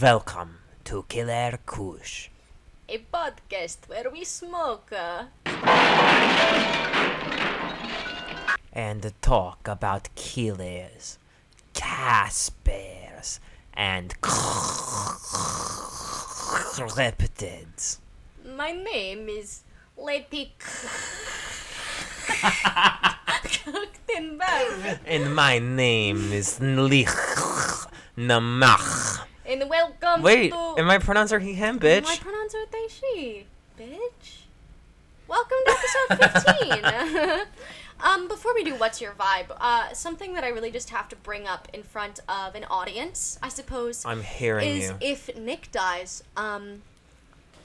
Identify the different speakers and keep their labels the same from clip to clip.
Speaker 1: Welcome to Killer Kush.
Speaker 2: a podcast where we smoke. Uh,
Speaker 1: and talk about killers, Caspers, and cryptids.
Speaker 2: my name is Letty Kuchtenberg,
Speaker 1: And my name is Nlich Namach.
Speaker 2: and welcome
Speaker 1: Wait,
Speaker 2: to.
Speaker 1: am I pronouncing he him,
Speaker 2: Am I
Speaker 1: bitch?
Speaker 2: pronouncing it they she? Bitch. Welcome to episode 15. um, before we do What's Your Vibe, uh, something that I really just have to bring up in front of an audience, I suppose,
Speaker 1: I'm hearing
Speaker 2: is
Speaker 1: you.
Speaker 2: if Nick dies, um,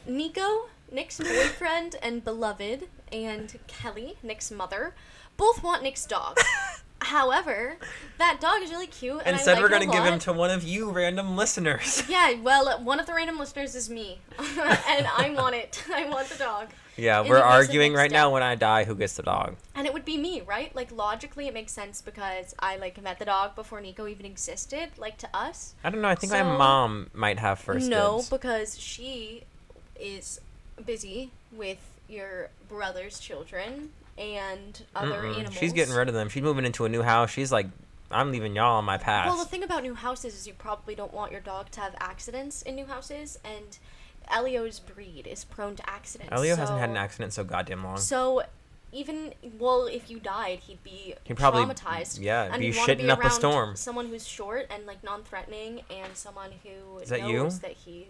Speaker 2: Nico, Nick's boyfriend and beloved, and Kelly, Nick's mother, both want Nick's dog. However, that dog is really cute, and
Speaker 1: Instead,
Speaker 2: I
Speaker 1: we're
Speaker 2: like going
Speaker 1: gonna
Speaker 2: to
Speaker 1: give him to one of you random listeners.
Speaker 2: yeah, well, one of the random listeners is me, and I want it. I want the dog,
Speaker 1: Yeah,
Speaker 2: And
Speaker 1: we're
Speaker 2: he goes to the
Speaker 1: arguing
Speaker 2: next
Speaker 1: right now
Speaker 2: step.
Speaker 1: when I die who gets the dog.
Speaker 2: and it would be me, right? Like logically, it makes sense because I like met the dog before Nico even existed, like to us.
Speaker 1: I don't know, I think my
Speaker 2: So-
Speaker 1: mom might have first
Speaker 2: no,
Speaker 1: dibs.
Speaker 2: because she is busy with your brother's children and other
Speaker 1: Mm-mm.
Speaker 2: animals.
Speaker 1: She's getting rid of them. She's moving into a new house. She's like, I'm leaving y'all on my path.
Speaker 2: Well, the thing about new houses is you probably don't want your dog to have accidents in new houses, and Elio's breed is prone to accidents.
Speaker 1: Elio hasn't had an
Speaker 2: so-
Speaker 1: accident so goddamn long.
Speaker 2: So even well, if you died, he'd be
Speaker 1: He'd probably-
Speaker 2: traumatized.
Speaker 1: yeah,
Speaker 2: and
Speaker 1: be
Speaker 2: you'd wanna
Speaker 1: shitting up a
Speaker 2: around
Speaker 1: storm.
Speaker 2: Someone who's short and like non-threatening, and someone who
Speaker 1: Is that you?
Speaker 2: knows that he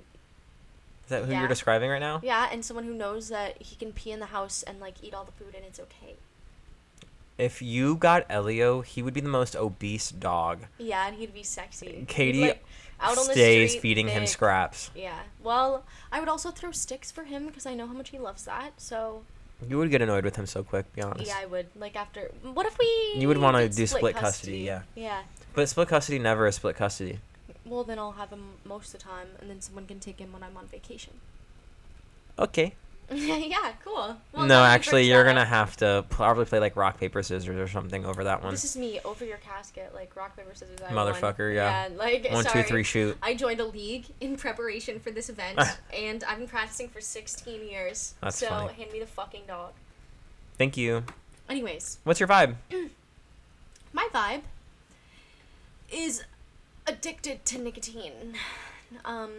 Speaker 1: Is that who
Speaker 2: yeah.
Speaker 1: you're describing right now?
Speaker 2: yeah, and someone who knows that he can pee in the house and like eat all the food and it's okay.
Speaker 1: If you got Elio, he would be the most obese dog.
Speaker 2: Yeah, and he'd be sexy. He'd,
Speaker 1: Katie
Speaker 2: like, out on the
Speaker 1: Stays
Speaker 2: street,
Speaker 1: feeding him
Speaker 2: big.
Speaker 1: scraps.
Speaker 2: Yeah. Well, I would also throw sticks for him because I know how much he loves that. So
Speaker 1: You would get annoyed with him so quick, be honest.
Speaker 2: yeah, I would like after. What if we?
Speaker 1: You would wanna
Speaker 2: did
Speaker 1: do split custody, yeah.
Speaker 2: Yeah.
Speaker 1: But split custody never is split custody.
Speaker 2: Well, then I'll have him most of the time, and then someone can take him when I'm on vacation.
Speaker 1: Okay.
Speaker 2: yeah, cool. Well,
Speaker 1: no,
Speaker 2: thank you for
Speaker 1: actually, you're
Speaker 2: trying.
Speaker 1: gonna have to probably play like rock paper scissors or something over that one.
Speaker 2: This is me over your casket, like rock paper scissors. I
Speaker 1: Motherfucker,
Speaker 2: won.
Speaker 1: yeah.
Speaker 2: like
Speaker 1: One, two,
Speaker 2: sorry.
Speaker 1: three, shoot.
Speaker 2: I joined a league in preparation for this event, and I've been practicing for 16 years.
Speaker 1: Ah. That's
Speaker 2: so
Speaker 1: funny.
Speaker 2: hand me the fucking dog.
Speaker 1: Thank you.
Speaker 2: Anyways,
Speaker 1: What's your vibe?
Speaker 2: Mm. my vibe is addicted to nicotine. Um.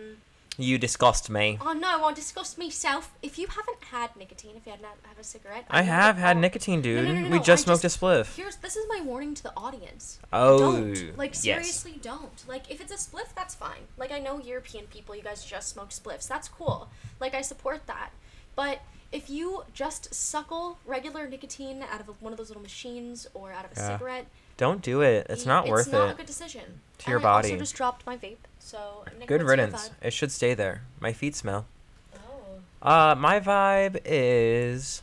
Speaker 1: You disgust me.
Speaker 2: Oh no, I'll discuss myself. If you haven't had nicotine, if you haven't had- have a cigarette,
Speaker 1: I
Speaker 2: know
Speaker 1: have
Speaker 2: that-
Speaker 1: had
Speaker 2: oh.
Speaker 1: nicotine, dude.
Speaker 2: no, no,
Speaker 1: we
Speaker 2: no,
Speaker 1: just
Speaker 2: I
Speaker 1: smoked
Speaker 2: just-
Speaker 1: a spliff.
Speaker 2: Here's this is my warning to the audience.
Speaker 1: Oh,
Speaker 2: don't like
Speaker 1: yes.
Speaker 2: seriously don't like if it's a spliff that's fine like i know european people you guys just smoke spliffs that's cool like i support that but if you just suckle regular nicotine out of a, one of those little machines or out of a
Speaker 1: Yeah.
Speaker 2: cigarette
Speaker 1: Don't do it. It's not worth
Speaker 2: it's not
Speaker 1: it.
Speaker 2: a good decision
Speaker 1: To your
Speaker 2: and I also
Speaker 1: body.
Speaker 2: just dropped my vape so Nick,
Speaker 1: Good
Speaker 2: what's your
Speaker 1: riddance.
Speaker 2: vibe?
Speaker 1: It should stay there. My feet smell.
Speaker 2: oh.
Speaker 1: Uh, my vibe is.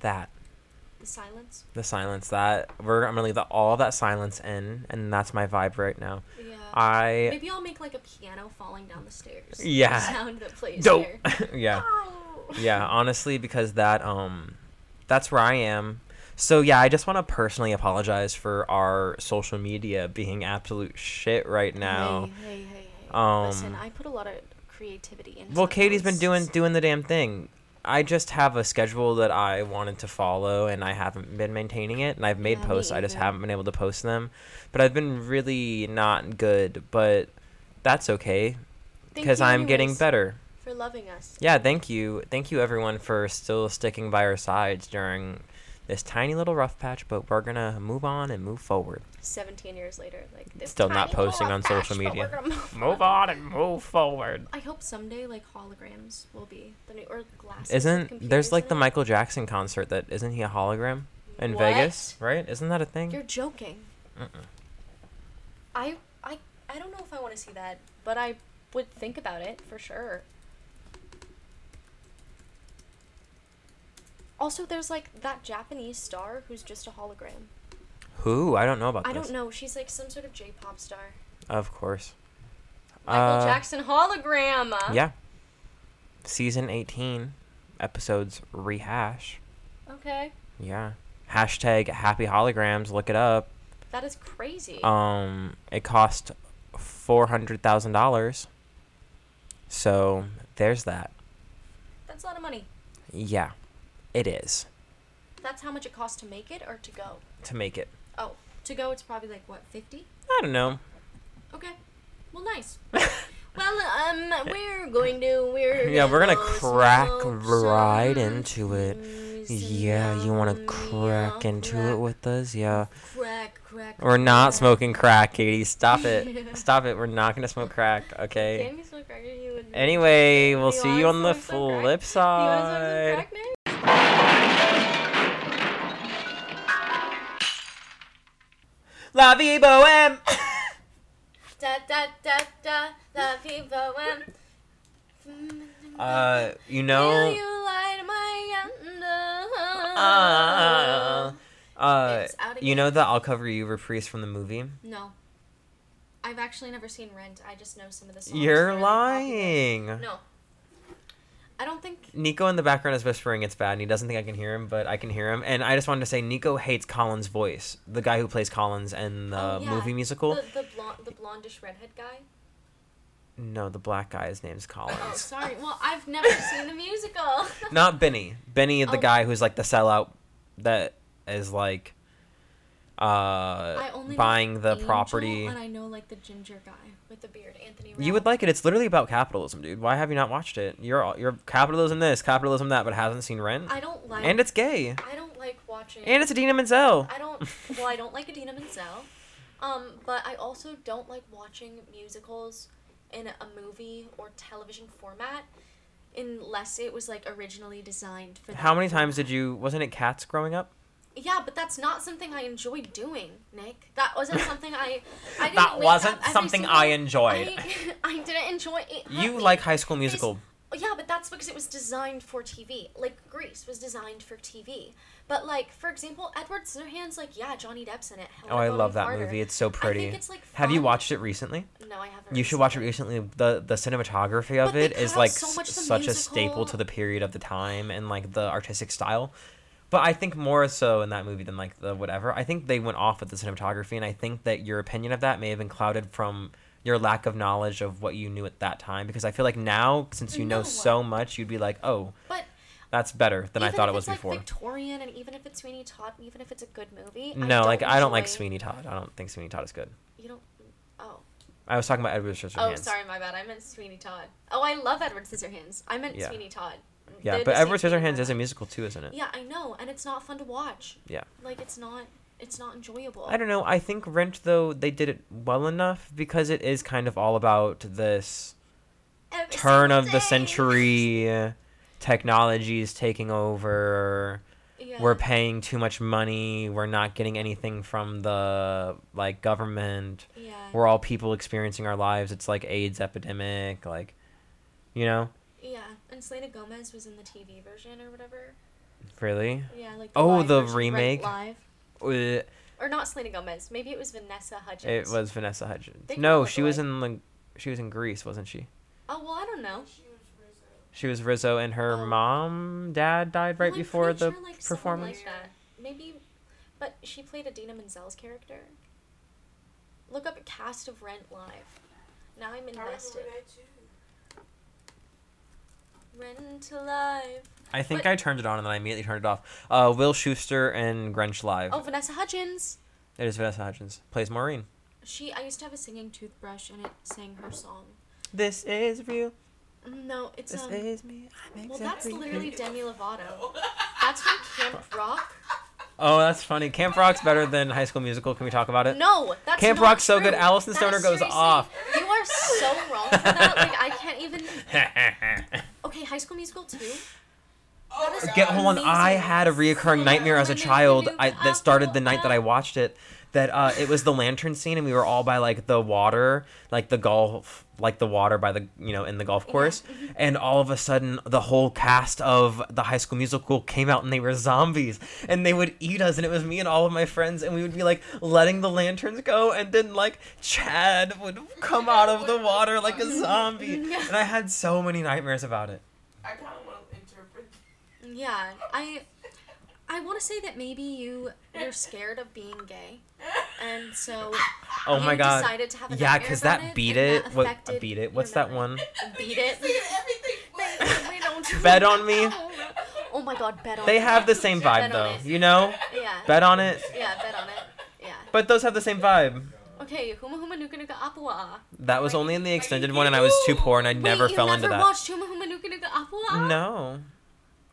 Speaker 1: That
Speaker 2: the silence
Speaker 1: the silence that we're I'm gonna leave the, all that silence in, and that's my vibe right now.
Speaker 2: yeah
Speaker 1: I
Speaker 2: Uh, maybe i'll make like a piano falling down the stairs
Speaker 1: Yeah.
Speaker 2: sound that plays
Speaker 1: dope.
Speaker 2: here.
Speaker 1: yeah,
Speaker 2: Ow.
Speaker 1: yeah. Honestly, because that um, that's where I am. So yeah, I just want to personally apologize for our social media being absolute shit right now.
Speaker 2: Hey, hey, hey, hey.
Speaker 1: Um,
Speaker 2: Listen, I put a lot of creativity into.
Speaker 1: Well,
Speaker 2: the
Speaker 1: Katie's been
Speaker 2: posts.
Speaker 1: doing doing the damn thing. I just have a schedule that I wanted to follow, and I haven't been maintaining it. And I've made
Speaker 2: Yeah, me
Speaker 1: posts, I just
Speaker 2: either.
Speaker 1: haven't been able to post them. But I've been really not good. But that's okay
Speaker 2: Thank
Speaker 1: because
Speaker 2: you
Speaker 1: I'm getting
Speaker 2: anyways
Speaker 1: better.
Speaker 2: for loving us.
Speaker 1: Yeah, thank you, thank you everyone for still sticking by our sides during this tiny little rough patch. But we're gonna move on and move forward.
Speaker 2: Seventeen years later, like this
Speaker 1: Still not
Speaker 2: tiny little
Speaker 1: posting on
Speaker 2: mustache,
Speaker 1: social
Speaker 2: but
Speaker 1: media.
Speaker 2: we're gonna Move,
Speaker 1: and move forward.
Speaker 2: I hope someday like holograms will be the new or glasses. with
Speaker 1: Isn't
Speaker 2: computers
Speaker 1: there's like
Speaker 2: in
Speaker 1: the
Speaker 2: it.
Speaker 1: Michael Jackson concert that isn't he a hologram in
Speaker 2: What?
Speaker 1: Vegas? Right? Isn't that a thing?
Speaker 2: You're joking. I I I don't know if I want to see that, but I would think about it for sure. Also, there's like that Japanese star who's just a hologram.
Speaker 1: Who? I don't know about
Speaker 2: I
Speaker 1: this.
Speaker 2: don't know. She's like some sort of J-pop star.
Speaker 1: Of course.
Speaker 2: Michael
Speaker 1: Uh,
Speaker 2: Jackson hologram.
Speaker 1: Yeah. Season 18, episodes rehash.
Speaker 2: Okay.
Speaker 1: Yeah. Hashtag happy holograms. Look it up.
Speaker 2: That is crazy.
Speaker 1: Um, it cost $400,000. So there's that.
Speaker 2: That's a lot of money.
Speaker 1: Yeah. It is
Speaker 2: That's how much it costs to make it or to go.
Speaker 1: to make it.
Speaker 2: Oh, to go it's probably like what, 50?
Speaker 1: I don't know.
Speaker 2: Okay. Well, nice. well, um we're going to we're
Speaker 1: Yeah, we're gonna
Speaker 2: go
Speaker 1: crack
Speaker 2: smoke
Speaker 1: right
Speaker 2: some
Speaker 1: into it.
Speaker 2: trees and
Speaker 1: Yeah, you want to
Speaker 2: yum,
Speaker 1: crack
Speaker 2: yum,
Speaker 1: into it with us? Yeah.
Speaker 2: crack crack.
Speaker 1: We're not
Speaker 2: crack.
Speaker 1: smoking crack, Katie. Stop it. Stop it. We're not going to smoke crack, okay?
Speaker 2: Can you smoke crack? You would-
Speaker 1: Anyway, we'll
Speaker 2: You
Speaker 1: see you
Speaker 2: wanna
Speaker 1: on the
Speaker 2: smoke some crack?
Speaker 1: flip
Speaker 2: You wanna smoke some
Speaker 1: side.
Speaker 2: crack, Nick?
Speaker 1: La vie bohème.
Speaker 2: Da da da da la viva when.
Speaker 1: Uh, you
Speaker 2: Will
Speaker 1: know,
Speaker 2: you light my
Speaker 1: uh,
Speaker 2: candle?
Speaker 1: uh,
Speaker 2: It's out
Speaker 1: you know the "I'll cover you" reprise from the movie.
Speaker 2: No, I've actually never seen Rent. I just know some of the songs.
Speaker 1: You're
Speaker 2: They're really popular.
Speaker 1: lying.
Speaker 2: No, I don't think.
Speaker 1: Nico in the background is whispering it's bad, and he doesn't think I can hear him, but I can hear him. And I just wanted to say, Nico hates Colin's voice, the guy who plays Collins in the
Speaker 2: Oh, yeah.
Speaker 1: movie musical.
Speaker 2: The the blonde the blondish redhead guy.
Speaker 1: No, the black guy. His name's
Speaker 2: Oh,
Speaker 1: Collins.
Speaker 2: sorry. Well, I've never seen the musical.
Speaker 1: Not Benny. Benny, the
Speaker 2: Oh.
Speaker 1: guy who's like the sellout that is like
Speaker 2: I
Speaker 1: uh
Speaker 2: only know
Speaker 1: buying the
Speaker 2: Angel,
Speaker 1: property.
Speaker 2: And I know like the ginger guy with the beard, Anthony.
Speaker 1: You would
Speaker 2: Ralph.
Speaker 1: like it. It's literally about capitalism, dude. Why have you not watched it? You're all, you're capitalism this, capitalism that, but hasn't seen Rent.
Speaker 2: I don't like.
Speaker 1: And it's gay.
Speaker 2: I don't like watching.
Speaker 1: And it's Adina Menzel.
Speaker 2: I don't. Well, I don't like Adina Menzel, um, but I also don't like watching musicals in a movie or television format, unless it was like originally designed for. That
Speaker 1: How many times did you? Wasn't it Cats growing up?
Speaker 2: Yeah, but that's not something I enjoy doing, Nick. That wasn't something I. I didn't
Speaker 1: That
Speaker 2: wake
Speaker 1: wasn't
Speaker 2: up every
Speaker 1: something
Speaker 2: single-
Speaker 1: I enjoyed.
Speaker 2: I, I didn't enjoy it.
Speaker 1: You
Speaker 2: happening.
Speaker 1: like High School
Speaker 2: This-
Speaker 1: Musical.
Speaker 2: Yeah, but that's because it was designed for TV. Like Grease was designed for TV. But like, for example, Edward Scissorhands, like yeah, Johnny Depp's in it. Helena
Speaker 1: Oh, I
Speaker 2: Bonham
Speaker 1: love that
Speaker 2: Carter.
Speaker 1: movie. It's so pretty.
Speaker 2: it's, like,
Speaker 1: Have you
Speaker 2: fun.
Speaker 1: watched it recently?
Speaker 2: No, I haven't.
Speaker 1: You should
Speaker 2: seen
Speaker 1: watch it recently. the The cinematography of
Speaker 2: But they
Speaker 1: it
Speaker 2: cut
Speaker 1: is
Speaker 2: out
Speaker 1: like
Speaker 2: so
Speaker 1: s-
Speaker 2: much of the
Speaker 1: such a staple
Speaker 2: musical.
Speaker 1: to the period of the time and like the artistic style. But I think more so in that movie than like the whatever. I think they went off with the cinematography, and I think that your opinion of that may have been clouded from your lack of knowledge of what you knew at that time. Because I feel like now, since you know
Speaker 2: No.
Speaker 1: so much, you'd be like, "Oh,
Speaker 2: But
Speaker 1: that's better than I
Speaker 2: even
Speaker 1: thought
Speaker 2: if
Speaker 1: it was
Speaker 2: it's, like,
Speaker 1: before."
Speaker 2: Victorian, and even if it's Sweeney Todd, and even if it's a good movie.
Speaker 1: no, like I don't like
Speaker 2: enjoy-
Speaker 1: Sweeney Todd. I don't think Sweeney Todd is good.
Speaker 2: You don't. Oh.
Speaker 1: I was talking about Edward
Speaker 2: Oh,
Speaker 1: Scissorhands.
Speaker 2: sorry, my bad. I meant Sweeney Todd. Oh, I love Edward Scissorhands. I meant
Speaker 1: Yeah.
Speaker 2: Sweeney Todd.
Speaker 1: Yeah,
Speaker 2: They're
Speaker 1: but
Speaker 2: the same
Speaker 1: Edward
Speaker 2: thing in my
Speaker 1: Scissorhands is a
Speaker 2: mind.
Speaker 1: musical too, isn't it?
Speaker 2: Yeah, I know, and it's not fun to watch.
Speaker 1: Yeah.
Speaker 2: Like it's not. It's not enjoyable.
Speaker 1: I don't know. I think Rent though they did it well enough because it is kind of all about this
Speaker 2: Every
Speaker 1: turn
Speaker 2: single
Speaker 1: of the
Speaker 2: day.
Speaker 1: century technologies taking over.
Speaker 2: Yeah.
Speaker 1: We're paying too much money. We're not getting anything from the like government.
Speaker 2: yeah.
Speaker 1: We're all people experiencing our lives. It's like AIDS epidemic, like you know,
Speaker 2: yeah. And Selena Gomez was in the TV version or whatever.
Speaker 1: really.
Speaker 2: Yeah, like
Speaker 1: Oh,
Speaker 2: live
Speaker 1: the
Speaker 2: version, right,
Speaker 1: remake?
Speaker 2: live
Speaker 1: Uh,
Speaker 2: or not Selena Gomez. Maybe it was Vanessa
Speaker 1: It
Speaker 2: Hudgens.
Speaker 1: was Vanessa Hudgens.
Speaker 2: They kinda
Speaker 1: No,
Speaker 2: look
Speaker 1: she was
Speaker 2: alike.
Speaker 1: in the, she was in Greece, wasn't she?
Speaker 2: Oh well, I don't know.
Speaker 1: She was Rizzo, and her
Speaker 2: Oh.
Speaker 1: mom, dad died right
Speaker 2: Well, I'm
Speaker 1: before
Speaker 2: pretty
Speaker 1: the
Speaker 2: sure, like, someone
Speaker 1: performance.
Speaker 2: Like that. Maybe, but she played Adina Menzel's character. Look up a cast of Rent live. Now I'm invested. Rent live.
Speaker 1: I think
Speaker 2: But-
Speaker 1: I turned it on and then I immediately turned it off. Uh, Will Schuster and Grinch Live.
Speaker 2: Oh, Vanessa Hudgens.
Speaker 1: It is Vanessa Hudgens plays Maureen.
Speaker 2: She. I used to have a singing toothbrush, and it sang her song.
Speaker 1: This is real.
Speaker 2: No, it's
Speaker 1: This
Speaker 2: um.
Speaker 1: is me. I'm
Speaker 2: Well, that's
Speaker 1: exactly
Speaker 2: literally
Speaker 1: who-
Speaker 2: Demi Lovato. That's from Camp Rock.
Speaker 1: Oh, that's funny. Camp Rock's better than High School Musical. Can we talk about it?
Speaker 2: No, that's
Speaker 1: Camp
Speaker 2: not
Speaker 1: Rock's so
Speaker 2: true.
Speaker 1: good. Allison
Speaker 2: That
Speaker 1: Stoner
Speaker 2: is
Speaker 1: goes
Speaker 2: seriously-
Speaker 1: off.
Speaker 2: You are so wrong for that. Like I can't even. Okay, High School Musical too.
Speaker 3: Oh my
Speaker 1: Get
Speaker 3: God.
Speaker 1: hold on. I
Speaker 2: Amazing.
Speaker 1: had a reoccurring nightmare as a
Speaker 2: Cinnamon
Speaker 1: child. I
Speaker 2: Apple
Speaker 1: that started the night that I watched it. that uh, it was the lantern scene, and we were all by like the water, like the golf, like the water by the you know in the golf course, and all of a sudden the whole cast of the High School Musical came out, and they were zombies, and they would eat us, and it was me and all of my friends, and we would be like letting the lanterns go, and then like Chad would come out of the water like a zombie, and I had so many nightmares about it.
Speaker 3: I kind of want to interpret.
Speaker 2: Yeah, I I want to say that maybe you you're scared of being gay, and so
Speaker 1: Oh
Speaker 2: you
Speaker 1: my god.
Speaker 2: decided to have a
Speaker 1: yeah,
Speaker 2: nightmare
Speaker 1: because
Speaker 2: about
Speaker 1: that
Speaker 2: it,
Speaker 1: beat
Speaker 2: and
Speaker 1: it.
Speaker 2: that
Speaker 1: what uh,
Speaker 2: affected
Speaker 1: beat it?
Speaker 2: your
Speaker 1: What's that
Speaker 2: memory.
Speaker 1: one?
Speaker 2: Beat it.
Speaker 3: See everything. but-
Speaker 2: we don't do
Speaker 1: Bet on me.
Speaker 2: Oh my god, bet on
Speaker 1: They
Speaker 2: me.
Speaker 1: have the same
Speaker 2: Bet
Speaker 1: vibe
Speaker 2: on
Speaker 1: though,
Speaker 2: it.
Speaker 1: you know.
Speaker 2: Yeah.
Speaker 1: Bet on it.
Speaker 2: Yeah, bet on it. Yeah.
Speaker 1: But those have the same vibe.
Speaker 2: Okay, Huma Huma Nuka Nuka Apua.
Speaker 1: That was
Speaker 2: Like-
Speaker 1: only in the extended one, and I was too poor, and I never
Speaker 2: Wait,
Speaker 1: fell
Speaker 2: you
Speaker 1: into
Speaker 2: never
Speaker 1: that.
Speaker 2: watched Huma Huma Nuka Nuka Apua?
Speaker 1: No,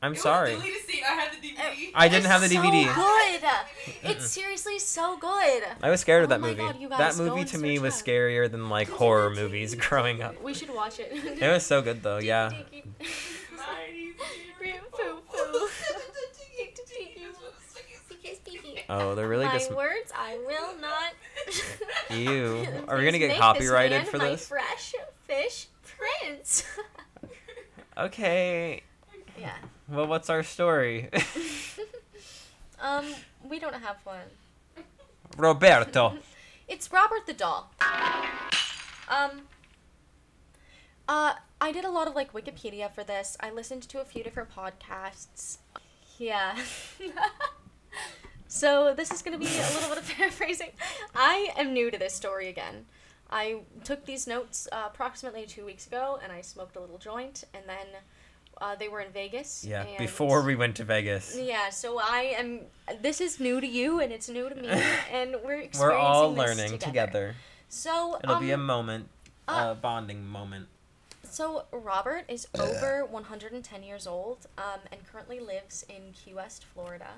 Speaker 1: I'm
Speaker 3: It was
Speaker 1: sorry.
Speaker 3: deleted scene. I had the DVD.
Speaker 1: I didn't have the
Speaker 2: It's so
Speaker 1: DVD.
Speaker 2: good. It's seriously so good.
Speaker 1: I was scared of
Speaker 2: Oh
Speaker 1: that
Speaker 2: my
Speaker 1: movie.
Speaker 2: God, you
Speaker 1: that
Speaker 2: guys, go
Speaker 1: movie
Speaker 2: and
Speaker 1: to me
Speaker 2: search
Speaker 1: was
Speaker 2: that.
Speaker 1: scarier than like horror movies growing up.
Speaker 2: We should watch it.
Speaker 1: It was so good though. Yeah. Oh, they're really
Speaker 2: My
Speaker 1: just.
Speaker 2: words, I will not.
Speaker 1: Ew. Are we
Speaker 2: Please
Speaker 1: gonna
Speaker 2: make
Speaker 1: get
Speaker 2: this
Speaker 1: copyrighted
Speaker 2: man
Speaker 1: for
Speaker 2: my
Speaker 1: this?
Speaker 2: Fresh fish prince.
Speaker 1: Okay.
Speaker 2: yeah.
Speaker 1: Well, what's our story?
Speaker 2: Um, we don't have one.
Speaker 1: Roberto.
Speaker 2: It's Robert the Doll. Um. Uh, I did a lot of like Wikipedia for this. I listened to a few different podcasts. Yeah. so this is gonna be a little bit of paraphrasing. I am new to this story again. I took these notes uh, approximately two weeks ago, and I smoked a little joint, and then uh, they were in Vegas.
Speaker 1: Yeah.
Speaker 2: and-
Speaker 1: Before we went to Vegas.
Speaker 2: yeah, so I am. This is new to you, and it's new to me, and we're experiencing
Speaker 1: We're all
Speaker 2: this
Speaker 1: learning together.
Speaker 2: So
Speaker 1: It'll
Speaker 2: um,
Speaker 1: be a moment, a
Speaker 2: uh,
Speaker 1: bonding moment.
Speaker 2: so Robert is over 110 years old, um, and currently lives in Key West, Florida.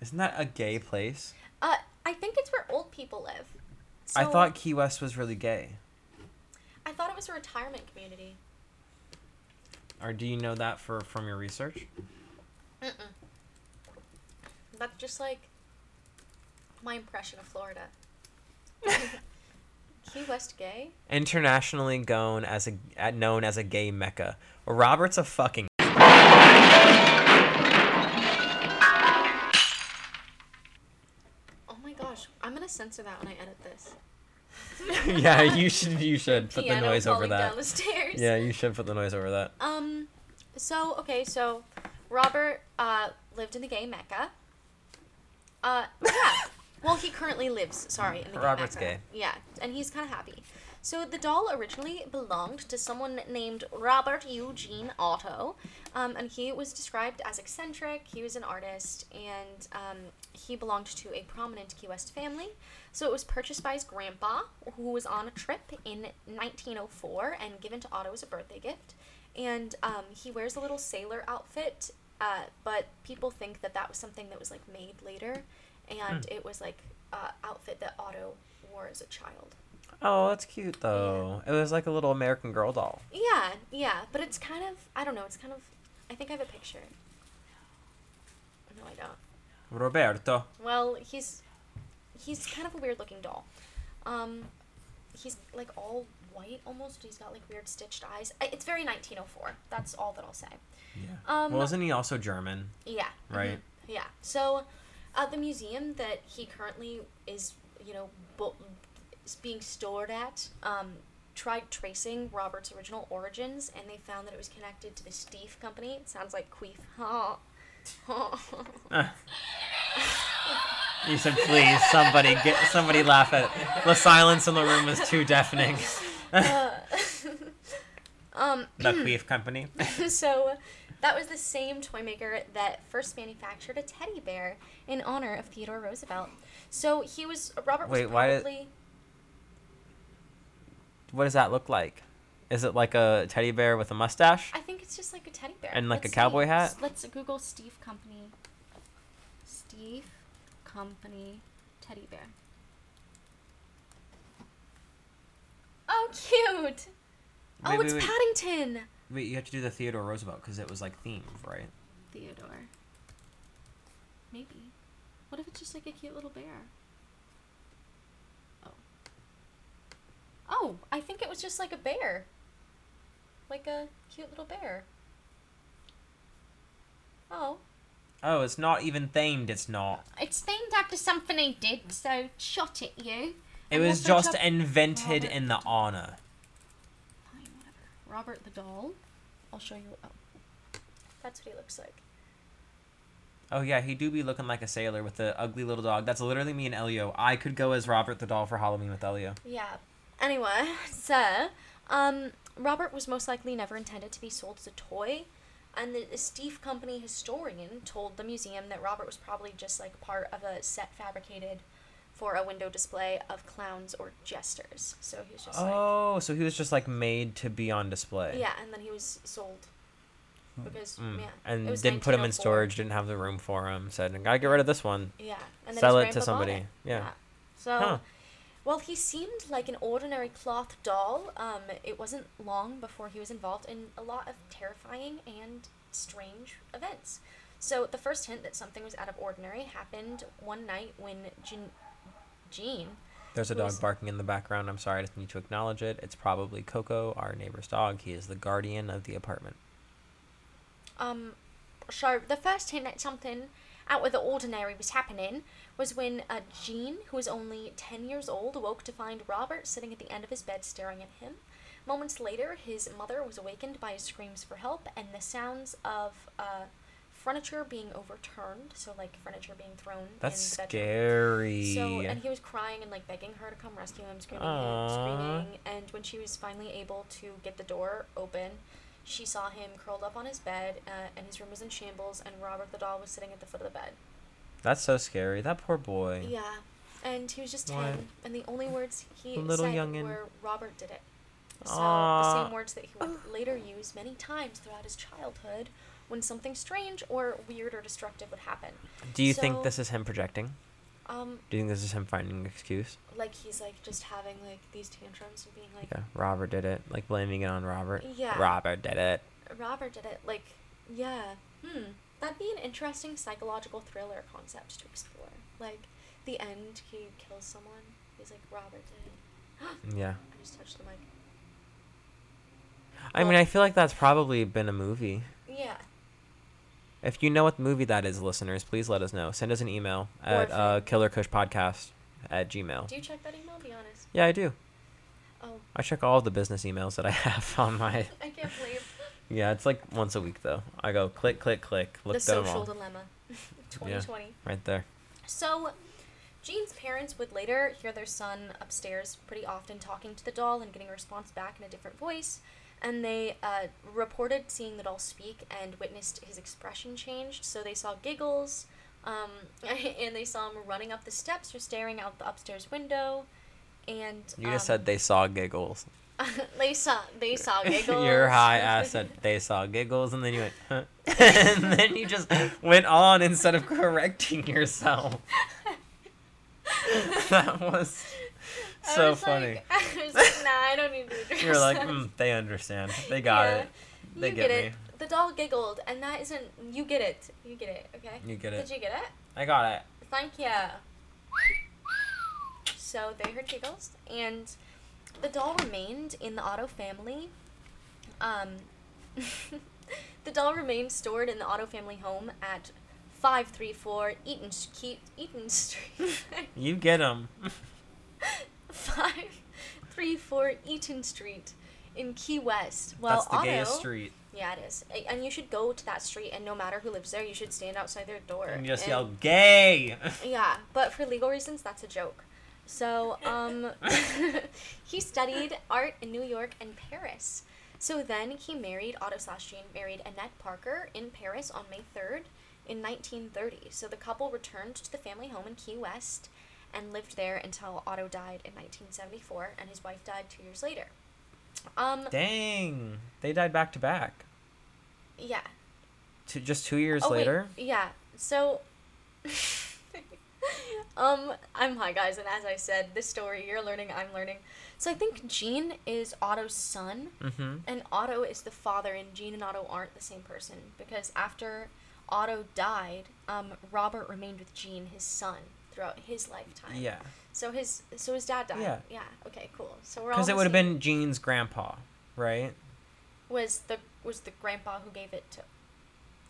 Speaker 1: Isn't that a gay place?
Speaker 2: Uh, I think it's where old people live.
Speaker 1: I
Speaker 2: So,
Speaker 1: thought Key West was really gay.
Speaker 2: I thought it was a retirement community.
Speaker 1: Or do you know that for from your research?
Speaker 2: Mm-mm. That's just like my impression of Florida. Key West gay.
Speaker 1: Internationally known as a at- known as a gay mecca. Robert's a fucking.
Speaker 2: Oh my gosh, I'm gonna censor that when I edit this.
Speaker 1: yeah, you should you should put the
Speaker 2: Piano
Speaker 1: noise over
Speaker 2: falling
Speaker 1: that.
Speaker 2: Down the stairs.
Speaker 1: Yeah, you should put the noise over that.
Speaker 2: Um. So okay, so Robert uh lived in the gay mecca. Uh yeah. well, he currently lives. Sorry, in the gay
Speaker 1: Robert's
Speaker 2: mecca.
Speaker 1: gay.
Speaker 2: Yeah, and he's kind of happy. So the doll originally belonged to someone named Robert Eugene Otto, um, and he was described as eccentric. He was an artist, and um, he belonged to a prominent Key West family. So it was purchased by his grandpa, who was on a trip in 1904, and given to Otto as a birthday gift. And um, he wears a little sailor outfit, uh, but people think that that was something that was like made later, and it was like uh, outfit that Otto wore as a child.
Speaker 1: Oh, that's cute though. It was like a little American Girl doll.
Speaker 2: Yeah, yeah, but it's kind of I don't know. It's kind of I think I have a picture. No, I don't.
Speaker 1: Roberto.
Speaker 2: Well, he's he's kind of a weird looking doll. Um, he's like all white almost. He's got like weird stitched eyes. I- It's very 1904. That's all that I'll say.
Speaker 1: Yeah.
Speaker 2: Um,
Speaker 1: well, isn't he also German?
Speaker 2: Yeah.
Speaker 1: Right.
Speaker 2: mhm, Yeah. So, at the museum that he currently is, you know, bo- is being stored at, um, tried tracing Robert's original origins, and they found that it was connected to the Steve Company. It sounds like queef.
Speaker 1: Ah. you said, please, somebody get somebody laugh at it. The silence in the room was too deafening.
Speaker 2: Uh, um,
Speaker 1: the Queef Company.
Speaker 2: so that was the same toy maker that first manufactured a teddy bear in honor of Theodore Roosevelt. So he was Robert was
Speaker 1: Wait, why did-
Speaker 2: probably
Speaker 1: What does that look like? Is it like a teddy bear with a mustache?
Speaker 2: I think it's just like a teddy bear
Speaker 1: And, like, a
Speaker 2: see.
Speaker 1: cowboy hat?
Speaker 2: S- Let's Google Steve Company. Steve Company teddy bear. Oh, cute! oh,
Speaker 1: Wait, wait,
Speaker 2: it's
Speaker 1: wait.
Speaker 2: Paddington.
Speaker 1: Wait, you have to do the Theodore Roosevelt because it was like themed, right?
Speaker 2: Theodore. Maybe. What if it's just like a cute little bear? Oh, I think it was just like a bear. Like a cute little bear. Oh.
Speaker 1: Oh, it's not even themed. It's not.
Speaker 2: It's themed after something I did, so shot at you.
Speaker 1: It
Speaker 2: And
Speaker 1: was
Speaker 2: we'll
Speaker 1: just
Speaker 2: switch up-
Speaker 1: invented
Speaker 2: Robert.
Speaker 1: in the honor.
Speaker 2: Fine, whatever. Robert the doll. I'll show you. Oh. That's what he looks like.
Speaker 1: Oh yeah, he do be looking like a sailor with the ugly little dog. That's literally me and Elio. I could go as Robert the doll for Halloween with Elio.
Speaker 2: Yeah. Anyway, so, um, Robert was most likely never intended to be sold as a toy, and the Steve Company historian told the museum that Robert was probably just like part of a set fabricated for a window display of clowns or jesters. So he was just
Speaker 1: Oh, so he was just like made to be on display.
Speaker 2: like, yeah, and then he was sold because
Speaker 1: Mm.
Speaker 2: yeah,
Speaker 1: And
Speaker 2: it was
Speaker 1: didn't put him in
Speaker 2: 1904.
Speaker 1: storage. Didn't have the room for him. Said, "I gotta get rid of this one.
Speaker 2: Yeah, and then
Speaker 1: Sell
Speaker 2: his
Speaker 1: it to
Speaker 2: grandpa bought
Speaker 1: somebody." Yeah.
Speaker 2: So,
Speaker 1: Huh.
Speaker 2: while he seemed like an ordinary cloth doll, um, it wasn't long before he was involved in a lot of terrifying and strange events. So, the first hint that something was out of ordinary happened one night when Jean, Jean
Speaker 1: There's a
Speaker 2: Who is-
Speaker 1: dog barking in the background. I'm sorry, I just need to acknowledge it. It's probably Coco, our neighbor's dog. He is the guardian of the apartment.
Speaker 2: Um, so the first hint that something out of the ordinary was happening was when uh, Jean, who was only 10 years old, woke to find Robert sitting at the end of his bed staring at him. Moments later, his mother was awakened by his screams for help and the sounds of uh, furniture being overturned, so like furniture being thrown.
Speaker 1: That's
Speaker 2: in the bedroom.
Speaker 1: scary.
Speaker 2: So and he was crying and like begging her to come rescue him, screaming, and
Speaker 1: Aw.
Speaker 2: screaming. And when she was finally able to get the door open, she saw him curled up on his bed, uh, and his room was in shambles. And Robert the doll was sitting at the foot of the bed.
Speaker 1: That's so scary. That poor boy.
Speaker 2: Yeah, and he was just ten,
Speaker 1: What?
Speaker 2: and the only words he
Speaker 1: Little
Speaker 2: said
Speaker 1: young'un.
Speaker 2: were "Robert did it." So the
Speaker 1: Aw.
Speaker 2: same words that he would later use many times throughout his childhood when something strange or weird or destructive would happen.
Speaker 1: Do you
Speaker 2: So-
Speaker 1: think this is him projecting?
Speaker 2: Um,
Speaker 1: Do you think this is him finding an excuse?
Speaker 2: like he's like just having like these tantrums and being like,
Speaker 1: Yeah, Robert did it. Like blaming it on Robert.
Speaker 2: Yeah.
Speaker 1: Robert did it.
Speaker 2: Robert did it. Like, yeah. Hmm. That'd be an interesting psychological thriller concept to explore. Like, the end, he kills someone. He's like, Robert did it.
Speaker 1: Yeah.
Speaker 2: I just touched the mic.
Speaker 1: I mean,
Speaker 2: Well-
Speaker 1: I feel like that's probably been a movie.
Speaker 2: Yeah.
Speaker 1: If you know what movie that is, listeners, please let us know. Send us an email at
Speaker 2: if
Speaker 1: uh,
Speaker 2: you-
Speaker 1: killercushpodcast at gmail.
Speaker 2: Do you check that email? Be honest.
Speaker 1: Oh. Yeah, I do.
Speaker 2: Oh,
Speaker 1: I check all of the business emails that I have on my.
Speaker 2: I can't believe.
Speaker 1: Yeah, it's like once a week though. I go click, click, click. Look
Speaker 2: the
Speaker 1: them
Speaker 2: social
Speaker 1: all.
Speaker 2: dilemma. 2020.
Speaker 1: right there.
Speaker 2: So, Jean's parents would later hear their son upstairs pretty often talking to the doll and getting a response back in a different voice, and they uh, reported seeing the doll speak and witnessed his expression changed. So they saw giggles, um, and they saw him running up the steps or staring out the upstairs window, and
Speaker 1: You just
Speaker 2: um,
Speaker 1: said they saw giggles.
Speaker 2: they saw they saw giggles.
Speaker 1: Your high ass said they saw giggles, and then you went, huh? and then you just went on instead of correcting yourself. that was
Speaker 2: I
Speaker 1: so
Speaker 2: was
Speaker 1: funny.
Speaker 2: Like, I was like, nah, I don't need to address
Speaker 1: You're like,
Speaker 2: that."
Speaker 1: mm, they understand. They got
Speaker 2: Yeah.
Speaker 1: it. They
Speaker 2: you
Speaker 1: get,
Speaker 2: it.
Speaker 1: me.
Speaker 2: The doll giggled, and that isn't. You get it. You get it. Okay.
Speaker 1: You get it.
Speaker 2: Did you get it?
Speaker 1: I got it.
Speaker 2: Thank you. So they heard giggles, and the doll remained in the Otto family. Um, the doll remained stored in the Otto family home at five three four Eaton Street. Eaton Street.
Speaker 1: You get them.
Speaker 2: five three four Eaton Street in Key West. Well,
Speaker 1: That's the
Speaker 2: Otto.
Speaker 1: gayest street.
Speaker 2: Yeah, it is. A- And you should go to that street, and no matter who lives there, you should stand outside their door.
Speaker 1: And you just
Speaker 2: and-
Speaker 1: yell, gay!
Speaker 2: Yeah, but for legal reasons, that's a joke. So, um, he studied art in New York and Paris. So then he married, Otto Sastrian married Annette Parker in Paris on May 3rd in 1930. So the couple returned to the family home in Key West and lived there until Otto died in 1974, and his wife died two years later. Um,
Speaker 1: Dang. They died back to back.
Speaker 2: yeah.
Speaker 1: Two, just two years
Speaker 2: Oh, wait,
Speaker 1: later?
Speaker 2: Yeah. So um I'm high guys and as I said, this story you're learning, I'm learning. So I think Gene is Otto's son
Speaker 1: Mm-hmm.
Speaker 2: and Otto is the father and Gene and Otto aren't the same person because after Otto died, um Robert remained with Gene, his son. throughout his lifetime.
Speaker 1: Yeah.
Speaker 2: So his so his dad died.
Speaker 1: Yeah.
Speaker 2: Okay. Cool. So we're all.
Speaker 1: Because
Speaker 2: on
Speaker 1: it
Speaker 2: the
Speaker 1: would have
Speaker 2: same-
Speaker 1: been Jean's grandpa, right?
Speaker 2: was the was the grandpa who gave it to.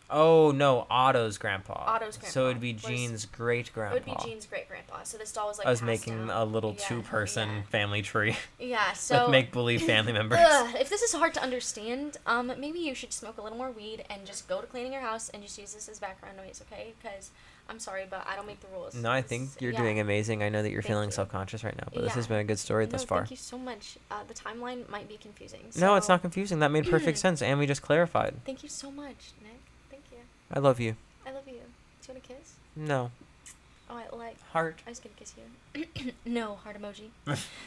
Speaker 1: Oh no, Otto's grandpa.
Speaker 2: Otto's
Speaker 1: So it'd
Speaker 2: grandpa
Speaker 1: be
Speaker 2: was-
Speaker 1: Jean's great grandpa.
Speaker 2: It would be Jean's great grandpa. So this doll was like.
Speaker 1: I was
Speaker 2: passed
Speaker 1: making
Speaker 2: down.
Speaker 1: a little
Speaker 2: Yeah,
Speaker 1: two-person family tree
Speaker 2: Yeah. yeah so.
Speaker 1: with make-believe family members.
Speaker 2: Ugh, if this is hard to understand, um, maybe you should smoke a little more weed and just go to cleaning your house and just use this as background noise, okay? Because I'm sorry, but I don't make the rules.
Speaker 1: No, I
Speaker 2: This
Speaker 1: think
Speaker 2: is-
Speaker 1: you're
Speaker 2: yeah.
Speaker 1: doing amazing. I know that you're
Speaker 2: Thank
Speaker 1: feeling
Speaker 2: you.
Speaker 1: self-conscious right now, but this
Speaker 2: Yeah.
Speaker 1: has been a good story
Speaker 2: no,
Speaker 1: thus far.
Speaker 2: Thank you so much. Uh, the timeline might be confusing.
Speaker 1: No, it's
Speaker 2: so-
Speaker 1: not confusing. That made perfect sense, and we just clarified.
Speaker 2: Thank you so much, Nick. Thank you.
Speaker 1: I love you.
Speaker 2: I love you. Do you want to kiss?
Speaker 1: No
Speaker 2: Oh, I like.
Speaker 1: heart.
Speaker 2: I was gonna kiss you. no, heart emoji.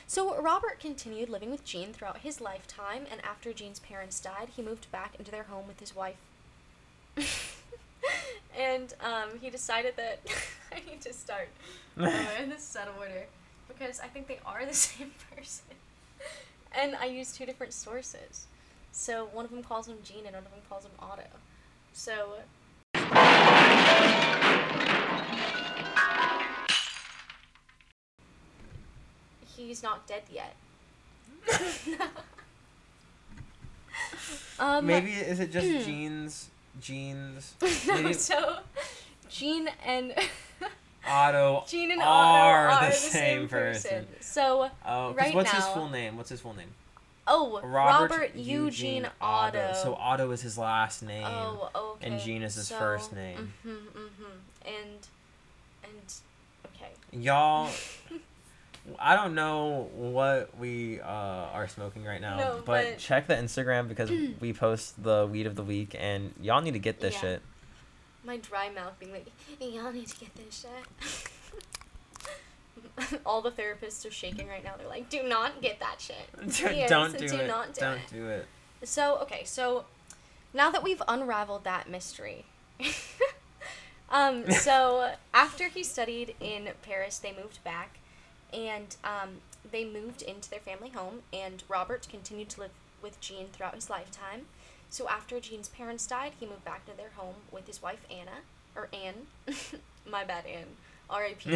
Speaker 2: so Robert continued living with Jean throughout his lifetime, and after Jean's parents died, he moved back into their home with his wife. and um, he decided that I need to start over in this set of order because I think they are the same person, and I use two different sources. So one of them calls him Jean, and one of them calls him Otto. So he's not dead yet. um,
Speaker 1: Maybe is it just jeans? Jeans. Maybe
Speaker 2: so Jean and
Speaker 1: Otto.
Speaker 2: Jean and
Speaker 1: Are
Speaker 2: Otto
Speaker 1: the
Speaker 2: are the
Speaker 1: same
Speaker 2: same
Speaker 1: person.
Speaker 2: person. So
Speaker 1: Oh, 'cause
Speaker 2: Right
Speaker 1: what's his
Speaker 2: now-
Speaker 1: full name? What's his full name?
Speaker 2: oh Robert, Eugene, Otto.
Speaker 1: So Otto is his last name.
Speaker 2: Oh, okay.
Speaker 1: and Jean is his first name.
Speaker 2: hmm hmm And and okay.
Speaker 1: Y'all, I don't know what we uh, are smoking right now,
Speaker 2: No,
Speaker 1: but,
Speaker 2: but- Hmm.
Speaker 1: check the Instagram because we post the weed of the week, and y'all need to get this
Speaker 2: Yeah.
Speaker 1: shit.
Speaker 2: My dry mouth being like, y'all need to get this shit. All the therapists are shaking right now. They're like, do not get that shit. Yes,
Speaker 1: don't do, it.
Speaker 2: not do
Speaker 1: not
Speaker 2: it.
Speaker 1: do it.
Speaker 2: So, okay, so now that we've unraveled that mystery. um, so, after he studied in Paris, they moved back and um, they moved into their family home, and Robert continued to live with Jean throughout his lifetime. So, after Jean's parents died, he moved back to their home with his wife, Anna, or Anne. My bad, Anne. R.I.P.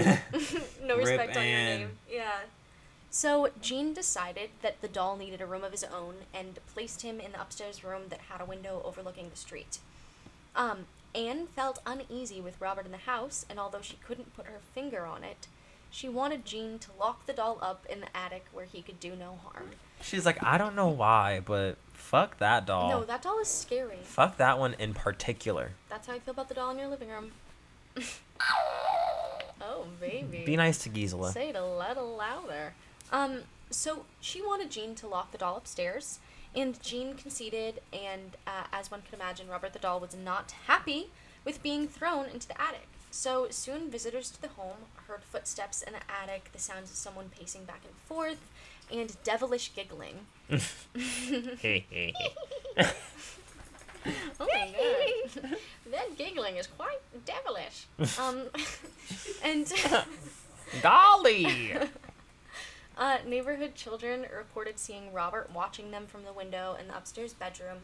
Speaker 2: no
Speaker 1: Rip
Speaker 2: respect on your
Speaker 1: Anne.
Speaker 2: name. Yeah. So Jean decided that the doll needed a room of his own and placed him in the upstairs room that had a window overlooking the street. Um, Anne felt uneasy with Robert in the house, and although she couldn't put her finger on it, she wanted Jean to lock the doll up in the attic where he could do no harm.
Speaker 1: She's like, I don't know why, but fuck that doll.
Speaker 2: No, that doll is scary.
Speaker 1: fuck that one in particular.
Speaker 2: That's how I feel about the doll in your living room. oh, baby.
Speaker 1: Be nice to Gisela.
Speaker 2: Say it a little louder. Um, so she wanted Jean to lock the doll upstairs, and Jean conceded, and uh, as one could imagine, Robert the doll was not happy with being thrown into the attic. So soon, visitors to the home heard footsteps in the attic, the sounds of someone pacing back and forth, and devilish giggling.
Speaker 1: Hey, hey, hey.
Speaker 2: Oh my god. that giggling is quite devilish. Um, and.
Speaker 1: Dolly!
Speaker 2: Uh, neighborhood children reported seeing Robert watching them from the window in the upstairs bedroom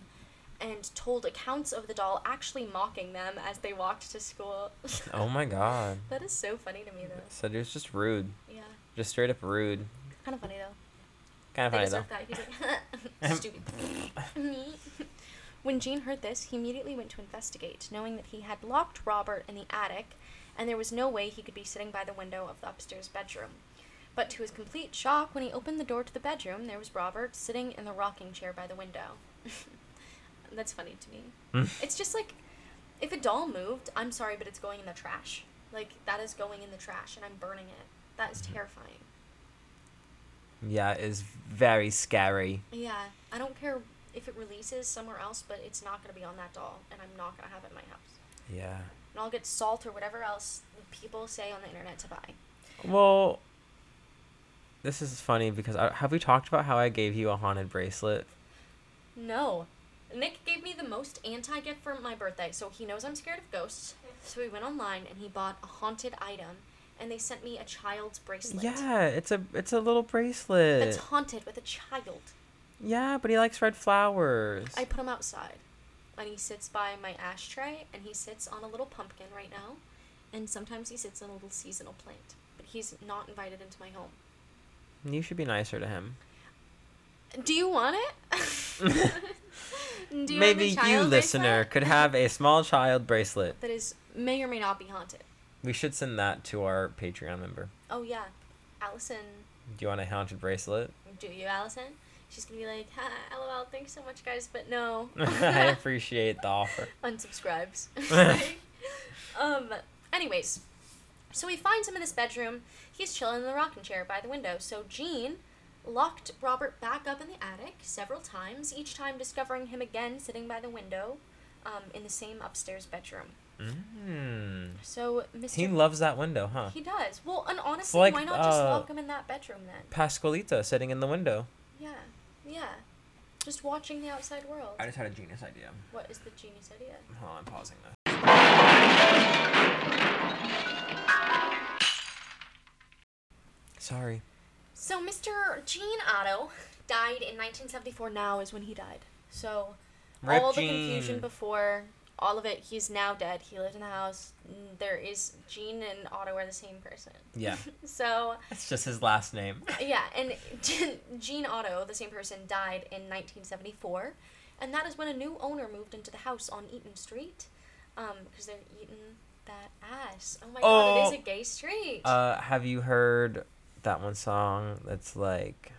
Speaker 2: and told accounts of the doll actually mocking them as they walked to school.
Speaker 1: oh my god.
Speaker 2: that is so funny to me, though.
Speaker 1: Said it was just rude.
Speaker 2: Yeah.
Speaker 1: Just straight up rude.
Speaker 2: Kind of funny, though.
Speaker 1: Kind of
Speaker 2: They
Speaker 1: funny
Speaker 2: deserve
Speaker 1: though.
Speaker 2: that. He's like, stupid. Me. when Jean heard this, he immediately went to investigate, knowing that he had locked Robert in the attic and there was no way he could be sitting by the window of the upstairs bedroom. But to his complete shock, when he opened the door to the bedroom, there was Robert sitting in the rocking chair by the window. That's funny to me. it's just like if a doll moved, I'm sorry, but it's going in the trash. Like that is going in the trash and I'm burning it. That is terrifying.
Speaker 1: Yeah, it's very scary.
Speaker 2: Yeah, I don't care if it releases somewhere else, but it's not gonna be on that doll, and I'm not gonna have it in my house.
Speaker 1: Yeah.
Speaker 2: And I'll get salt or whatever else people say on the internet to buy.
Speaker 1: Well, this is funny because I, have we talked about how I gave you a haunted bracelet?
Speaker 2: No, Nick gave me the most anti gift for my birthday, so he knows I'm scared of ghosts. So he went online and he bought a haunted item, and they sent me a child's bracelet.
Speaker 1: Yeah, it's a it's a little bracelet.
Speaker 2: That's haunted with a child.
Speaker 1: yeah, but he likes red flowers.
Speaker 2: I put him outside, and he sits by my ashtray, and he sits on a little pumpkin right now, and sometimes he sits in a little seasonal plant, but he's not invited into my home.
Speaker 1: You should be nicer to him.
Speaker 2: Do you want it? Do have a
Speaker 1: Maybe you,
Speaker 2: child
Speaker 1: listener,
Speaker 2: bracelet?
Speaker 1: could have a small child bracelet.
Speaker 2: that is may or may not be haunted.
Speaker 1: We should send that to our Patreon member.
Speaker 2: Oh yeah, Allison.
Speaker 1: Do you want a haunted bracelet?
Speaker 2: Do you, Allison? She's gonna be like, ha, lol. Thanks so much, guys, but no.
Speaker 1: I appreciate the offer.
Speaker 2: unsubscribes. um. Anyways, so he finds him in this bedroom. He's chilling in the rocking chair by the window. So Jean locked Robert back up in the attic several times, each time discovering him again sitting by the window, um, in the same upstairs bedroom.
Speaker 1: Mm.
Speaker 2: So Mr.
Speaker 1: He loves that window, huh?
Speaker 2: He does. Well, and honestly,
Speaker 1: like,
Speaker 2: why not just
Speaker 1: uh,
Speaker 2: lock him in that bedroom then?
Speaker 1: Pasqualita sitting in the window.
Speaker 2: Yeah, yeah. Just watching the outside world.
Speaker 1: just had a genius idea.
Speaker 2: What is the genius idea?
Speaker 1: Hold on, I'm pausing this. Sorry.
Speaker 2: So Mr. Gene Otto died in 1974. Now is when he died. So
Speaker 1: Rip
Speaker 2: all the
Speaker 1: Gene.
Speaker 2: confusion before, all of it. He's now dead. He lived in the house. N- There is Gene and Otto are the same person.
Speaker 1: Yeah,
Speaker 2: So
Speaker 1: it's just his last name.
Speaker 2: yeah, and Gene Otto, the same person, died in 1974, and that is when a new owner moved into the house on Eaton Street, um, because they're eating that ass. Oh my god, it is
Speaker 1: Oh.
Speaker 2: a gay street.
Speaker 1: Uh, have you heard that one song that's like,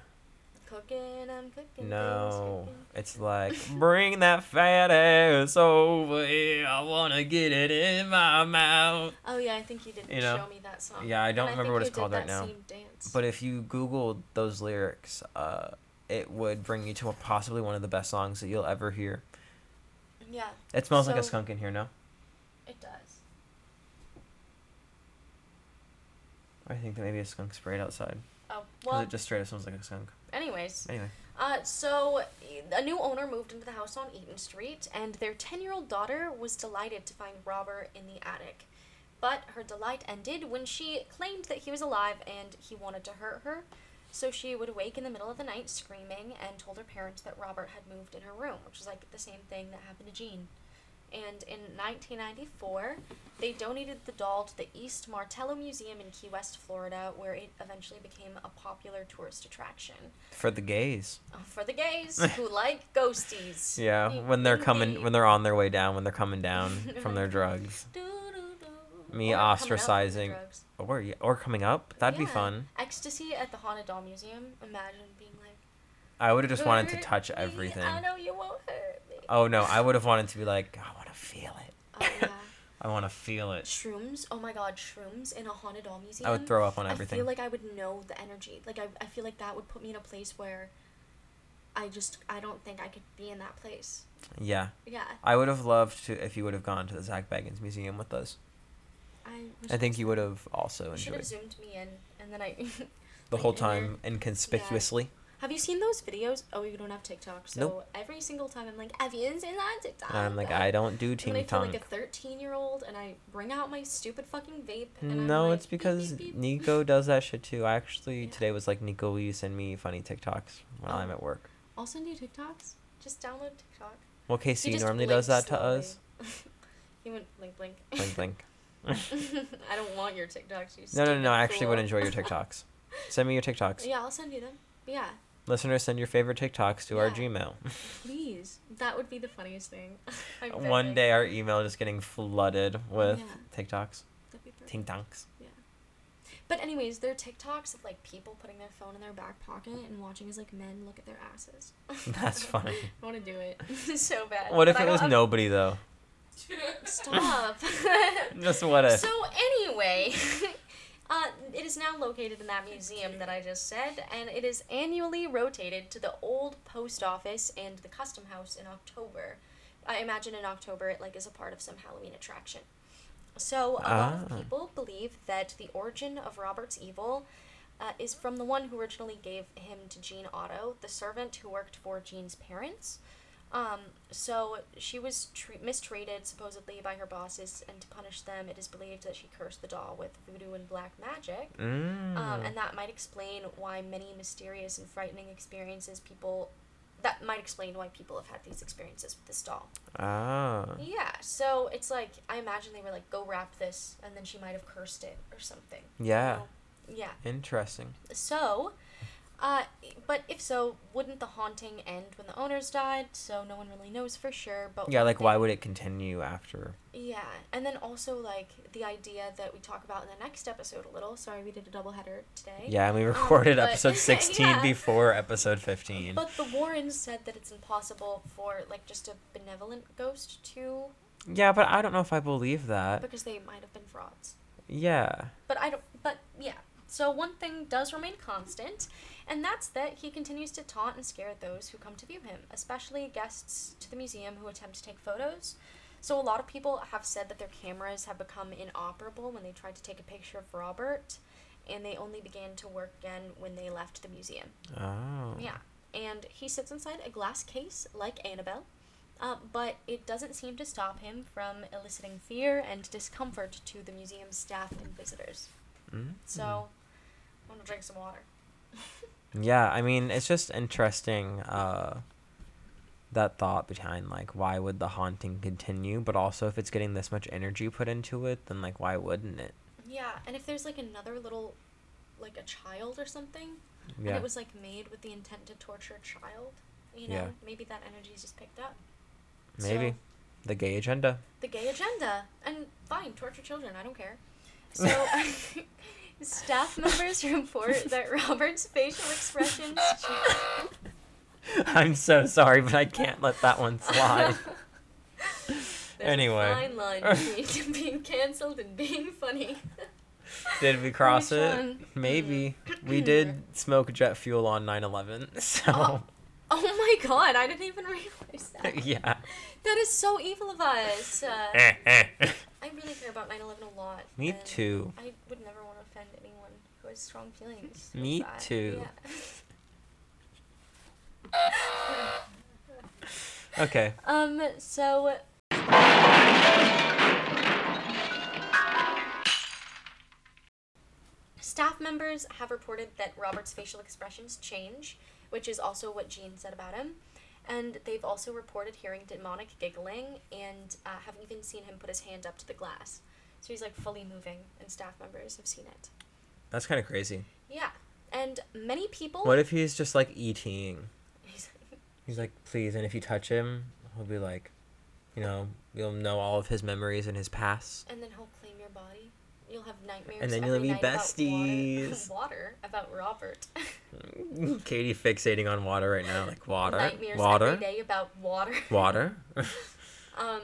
Speaker 2: cooking, I'm cooking.
Speaker 1: no,
Speaker 2: things, cooking.
Speaker 1: it's like, bring that fat ass over here. I want to get it in my mouth.
Speaker 2: Oh yeah, I think you did
Speaker 1: You know?
Speaker 2: show me that song.
Speaker 1: Yeah, I don't
Speaker 2: Oh, And
Speaker 1: remember
Speaker 2: think
Speaker 1: what
Speaker 2: you
Speaker 1: it's called
Speaker 2: did
Speaker 1: right
Speaker 2: that
Speaker 1: now.
Speaker 2: same dance.
Speaker 1: But if you Googled those lyrics, uh, it would bring you to possibly one of the best songs that you'll ever hear.
Speaker 2: yeah,
Speaker 1: It smells like a
Speaker 2: So-
Speaker 1: skunk in here, no?
Speaker 2: it does.
Speaker 1: I think that maybe a skunk sprayed outside.
Speaker 2: Oh
Speaker 1: Because
Speaker 2: well.
Speaker 1: it just straight up smells like a skunk.
Speaker 2: anyways,
Speaker 1: Anyway.
Speaker 2: uh, so a new owner moved into the house on Eaton Street, and their ten-year-old daughter was delighted to find Robert in the attic. But her delight ended when she claimed that he was alive and he wanted to hurt her. So she would wake in the middle of the night screaming and told her parents that Robert had moved in her room, which is like the same thing that happened to Jean. And in 1994, they donated the doll to the East Martello Museum in Key West, Florida, where it eventually became a popular tourist attraction
Speaker 1: For the gays.
Speaker 2: Uh, for the gays who like ghosties.
Speaker 1: Yeah,
Speaker 2: They-
Speaker 1: when they're
Speaker 2: they-
Speaker 1: coming, when they're on their way down, when they're coming down from their drugs,
Speaker 2: Doo-doo-doo.
Speaker 1: Me
Speaker 2: Or coming up from the
Speaker 1: ostracizing-
Speaker 2: drugs.
Speaker 1: or yeah, or coming up, that'd be
Speaker 2: Yeah.
Speaker 1: fun.
Speaker 2: Ecstasy at the Haunted Doll Museum. Imagine being like.
Speaker 1: I would have just wanted to
Speaker 2: "Hurt
Speaker 1: touch
Speaker 2: me,
Speaker 1: everything.
Speaker 2: I know you won't hurt me.
Speaker 1: Oh no, I would have wanted to be like, I want to feel it.
Speaker 2: Oh, yeah.
Speaker 1: I want to feel it.
Speaker 2: Shrooms. Oh my god, shrooms in a haunted doll museum.
Speaker 1: I would throw up on
Speaker 2: I feel
Speaker 1: everything.
Speaker 2: like I would know the energy. Like I, I feel like that would put me in a place where I just I don't think I could be in that place.
Speaker 1: Yeah,
Speaker 2: Yeah.
Speaker 1: I would have loved to if you would have gone to the Zach Baggins Museum with us.
Speaker 2: I
Speaker 1: I think you would have also
Speaker 2: should have
Speaker 1: enjoyed
Speaker 2: zoomed me in and then I
Speaker 1: the whole
Speaker 2: like, in there.
Speaker 1: time inconspicuously.
Speaker 2: Have you seen those videos? Oh, you don't have TikTok. So
Speaker 1: Nope.
Speaker 2: every single time I'm like, have you seen that TikTok?
Speaker 1: And I'm like, I don't do
Speaker 2: And then I
Speaker 1: ting
Speaker 2: feel
Speaker 1: tong.
Speaker 2: like a 13 year old and I bring out my stupid fucking vape. And I'm
Speaker 1: No,
Speaker 2: like,
Speaker 1: it's because
Speaker 2: beep, beep, beep.
Speaker 1: Nico does that shit too. I actually
Speaker 2: Yeah.
Speaker 1: today was like, Nico, will you send me funny TikToks when
Speaker 2: Oh.
Speaker 1: I'm at work?
Speaker 2: I'll send you TikToks. Just download TikTok.
Speaker 1: Well,
Speaker 2: He
Speaker 1: Casey
Speaker 2: just
Speaker 1: normally does that
Speaker 2: blinked
Speaker 1: to us.
Speaker 2: slowly. he went blink, blink.
Speaker 1: Blink, blink.
Speaker 2: I don't want your TikToks. You
Speaker 1: No, no, no.
Speaker 2: stupid
Speaker 1: I actually would
Speaker 2: fool.
Speaker 1: enjoy your TikToks. Send me your TikToks.
Speaker 2: yeah, I'll send you them. Yeah,
Speaker 1: Listeners, send your favorite TikToks to our
Speaker 2: Yeah.
Speaker 1: Gmail.
Speaker 2: please. That would be the funniest thing. I'm
Speaker 1: One
Speaker 2: begging.
Speaker 1: day, our email just getting flooded with
Speaker 2: Yeah.
Speaker 1: TikToks,
Speaker 2: That'd be perfect.
Speaker 1: ting tongs.
Speaker 2: But anyways, there are TikToks of like people putting their phone in their back pocket and watching as like men look at their asses.
Speaker 1: That's funny.
Speaker 2: I want to do it so bad.
Speaker 1: What if
Speaker 2: Uh, But I
Speaker 1: it
Speaker 2: don't-
Speaker 1: was
Speaker 2: I'm-
Speaker 1: nobody though?
Speaker 2: Stop.
Speaker 1: Just what if?
Speaker 2: So anyway, uh, it is now located in that museum that I just said, and it is annually rotated to the old post office and the custom house in October. I imagine in October it like is a part of some Halloween attraction. So a lot
Speaker 1: Ah.
Speaker 2: of people believe that the origin of Robert's evil. Uh, is from the one who originally gave him to Jean Otto, the servant who worked for Jean's parents. Um, so she was tre- mistreated supposedly by her bosses, and to punish them, it is believed that she cursed the doll with voodoo and black magic.
Speaker 1: mm.
Speaker 2: Um, and that might explain why many mysterious and frightening experiences people that might explain why people have had these experiences with this doll.
Speaker 1: Ah.
Speaker 2: Yeah, so it's like I imagine they were like, "Go wrap this," and then she might have cursed it or something.
Speaker 1: Yeah.
Speaker 2: Yeah.
Speaker 1: Interesting.
Speaker 2: So, uh, but if so, wouldn't the haunting end when the owners died? So no one really knows for sure. But
Speaker 1: Yeah,
Speaker 2: one
Speaker 1: like
Speaker 2: thing-
Speaker 1: why would it continue after?
Speaker 2: Yeah, and then also like the idea that we talk about in the next episode a little. Sorry, we did a double header today.
Speaker 1: Yeah, and we recorded
Speaker 2: Um, but-
Speaker 1: episode 16
Speaker 2: yeah.
Speaker 1: before episode 15.
Speaker 2: But the Warrens said that it's impossible for like just a benevolent ghost to
Speaker 1: yeah, but I don't know if I believe that.
Speaker 2: because they might have been frauds.
Speaker 1: Yeah.
Speaker 2: But I don't. But yeah. So one thing does remain constant, and that's that he continues to taunt and scare those who come to view him, especially guests to the museum who attempt to take photos. So a lot of people have said that their cameras have become inoperable when they tried to take a picture of Robert, and they only began to work again when they left the museum.
Speaker 1: Oh.
Speaker 2: Yeah, and he sits inside a glass case like Annabelle, uh, but it doesn't seem to stop him from eliciting fear and discomfort to the museum staff and visitors.
Speaker 1: Mm.
Speaker 2: So, I want to drink some water.
Speaker 1: Mm-hmm. Yeah, I mean, it's just interesting uh that thought behind like why would the haunting continue, but also if it's getting this much energy put into it, then like why wouldn't it?
Speaker 2: Yeah, and if there's like another little, like a child or something, and
Speaker 1: Yeah.
Speaker 2: it was like made with the intent to torture a child, you know,
Speaker 1: Yeah.
Speaker 2: maybe that energy's just picked up.
Speaker 1: Maybe
Speaker 2: So,
Speaker 1: the gay agenda.
Speaker 2: the gay agenda. And fine, torture children, I don't care. So, staff members report that Robert's facial expressions.
Speaker 1: I'm so sorry, but I can't let that one slide.
Speaker 2: There's
Speaker 1: Anyway.
Speaker 2: A fine line between being canceled and being funny.
Speaker 1: did we cross
Speaker 2: Which
Speaker 1: it?
Speaker 2: one? Mm.
Speaker 1: Maybe.
Speaker 2: Mm-hmm.
Speaker 1: we did smoke jet fuel on 9/11. So,
Speaker 2: Oh. Oh my god, I didn't even realize that.
Speaker 1: yeah.
Speaker 2: That is so evil of us. Uh,
Speaker 1: Eh, eh, eh.
Speaker 2: I really care about 9 11 a lot.
Speaker 1: Me
Speaker 2: and
Speaker 1: too.
Speaker 2: I would never want to offend anyone who has strong feelings. towards
Speaker 1: Me
Speaker 2: that.
Speaker 1: too.
Speaker 2: Yeah.
Speaker 1: Okay.
Speaker 2: Um, so. Staff members have reported that Robert's facial expressions change, which is also what Jean said about him. And they've also reported hearing demonic giggling and uh, have even seen him put his hand up to the glass. So he's like fully moving, and staff members have seen it.
Speaker 1: That's kind of crazy.
Speaker 2: Yeah. And many people.
Speaker 1: What if he's just like eating?
Speaker 2: He's-
Speaker 1: He's like, please. And if you touch him, he'll be like, you know, you'll know all of his memories and his past.
Speaker 2: And then he'll claim your body. You'll have nightmares.
Speaker 1: And then
Speaker 2: every
Speaker 1: you'll be
Speaker 2: night about water-
Speaker 1: besties.
Speaker 2: Water about Robert.
Speaker 1: Katie fixating on water right now, like water,
Speaker 2: Nightmares every
Speaker 1: water,
Speaker 2: day about water.
Speaker 1: water.
Speaker 2: Um.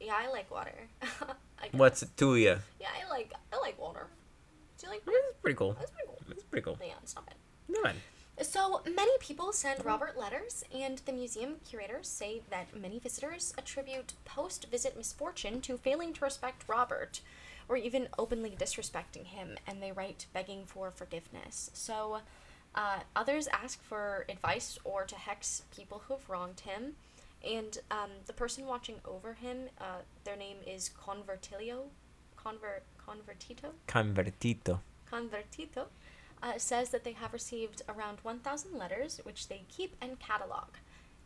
Speaker 2: Yeah, I like water. I guess.
Speaker 1: What's it to you?
Speaker 2: Yeah, I like I like water. Do you like water?
Speaker 1: It's pretty cool.
Speaker 2: That's pretty cool.
Speaker 1: It's pretty cool.
Speaker 2: Yeah, stop it.
Speaker 1: None.
Speaker 2: So many people send Robert letters, and the museum curators say that many visitors attribute post visit misfortune to failing to respect Robert or even openly disrespecting him, and they write begging for forgiveness. So uh, others ask for advice or to hex people who have wronged him. And um, the person watching over him, uh, their name is Convertilio, Convert, Convertito,
Speaker 1: Convertito.
Speaker 2: Convertito, uh, says that they have received around 1,000 letters, which they keep and catalog.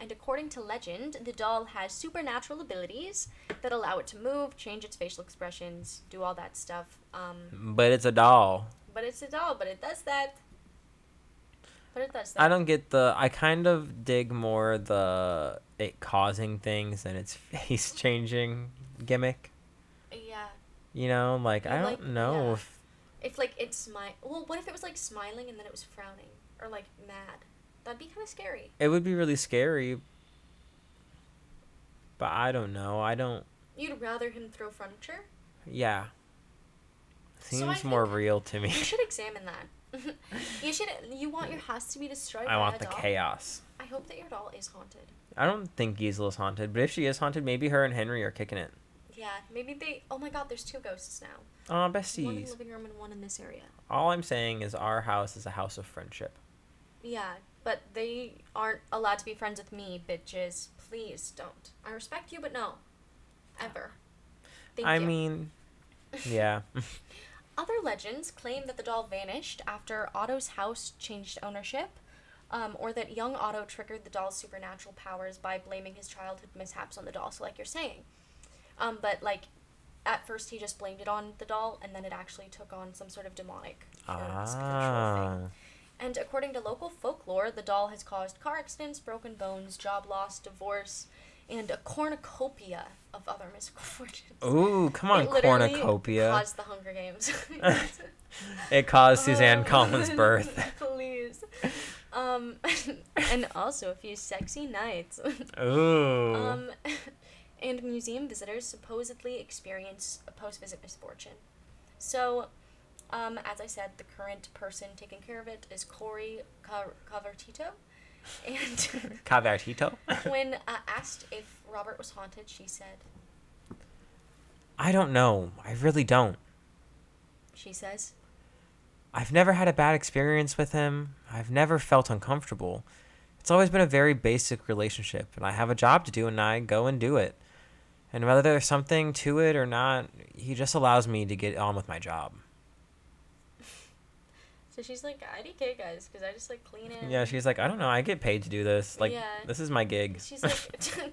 Speaker 2: And according to legend, the doll has supernatural abilities that allow it to move, change its facial expressions, do all that stuff. Um,
Speaker 1: But it's a doll.
Speaker 2: but it's a doll, but it does that. But it does that.
Speaker 1: I don't get the. I kind of dig more the it causing things than its face changing gimmick.
Speaker 2: Yeah.
Speaker 1: You know, like I
Speaker 2: You
Speaker 1: don't
Speaker 2: like-
Speaker 1: know
Speaker 2: yeah.
Speaker 1: if
Speaker 2: If, like, it's my. Well, what if it was, like, smiling and then it was frowning? Or, like, mad? That'd be kind of scary.
Speaker 1: it would be really scary. But I don't know. I don't.
Speaker 2: You'd rather him throw furniture?
Speaker 1: Yeah.
Speaker 2: So I
Speaker 1: Seems more
Speaker 2: think-
Speaker 1: real to me.
Speaker 2: You should examine that. you should. You want your house to be destroyed.
Speaker 1: I
Speaker 2: by
Speaker 1: want
Speaker 2: a
Speaker 1: the
Speaker 2: doll?
Speaker 1: chaos.
Speaker 2: I hope that your doll is haunted.
Speaker 1: I don't think Giesel is haunted, but if she is haunted, maybe her and Henry are kicking it.
Speaker 2: Yeah, maybe they. Oh my God, there's two ghosts now.
Speaker 1: Aw,
Speaker 2: One in the
Speaker 1: besties.
Speaker 2: living room and one in this area.
Speaker 1: All I'm saying is our house is a house of friendship.
Speaker 2: Yeah, but they aren't allowed to be friends with me, bitches. Please don't. I respect you, but no, ever. Thank
Speaker 1: I
Speaker 2: you.
Speaker 1: mean, yeah.
Speaker 2: Other legends claim that the doll vanished after Otto's house changed ownership, um, or that young Otto triggered the doll's supernatural powers by blaming his childhood mishaps on the doll. So, like you're saying, um, but like at first he just blamed it on the doll, and then it actually took on some sort of demonic or spiritual thing.
Speaker 1: Ah.
Speaker 2: And according to local folklore, the doll has caused car accidents, broken bones, job loss, divorce, and a cornucopia of other misfortunes.
Speaker 1: Ah. Ooh, come on,
Speaker 2: It literally
Speaker 1: cornucopia.
Speaker 2: Caused the Hunger Games.
Speaker 1: it caused Suzanne
Speaker 2: Oh,
Speaker 1: Collins' birth.
Speaker 2: Please. Um, and also a few sexy nights.
Speaker 1: Ooh.
Speaker 2: Um, and museum visitors supposedly experience a post visit misfortune. So, um, as I said, the current person taking care of it is Corey Ca- Cavertito. And
Speaker 1: Cavertito?
Speaker 2: when uh, asked if Robert was haunted, she said,
Speaker 1: I don't know. I really don't.
Speaker 2: she says,
Speaker 1: I've never had a bad experience with him. I've never felt uncomfortable. It's always been a very basic relationship, and I have a job to do, and I go and do it. And whether there's something to it or not, he just allows me to get on with my job.
Speaker 2: so she's like, IDK guys, because I just like clean it.
Speaker 1: Yeah, she's like, I don't know. I get paid to do this. Like,
Speaker 2: Yeah.
Speaker 1: this is my gig.
Speaker 2: She's like,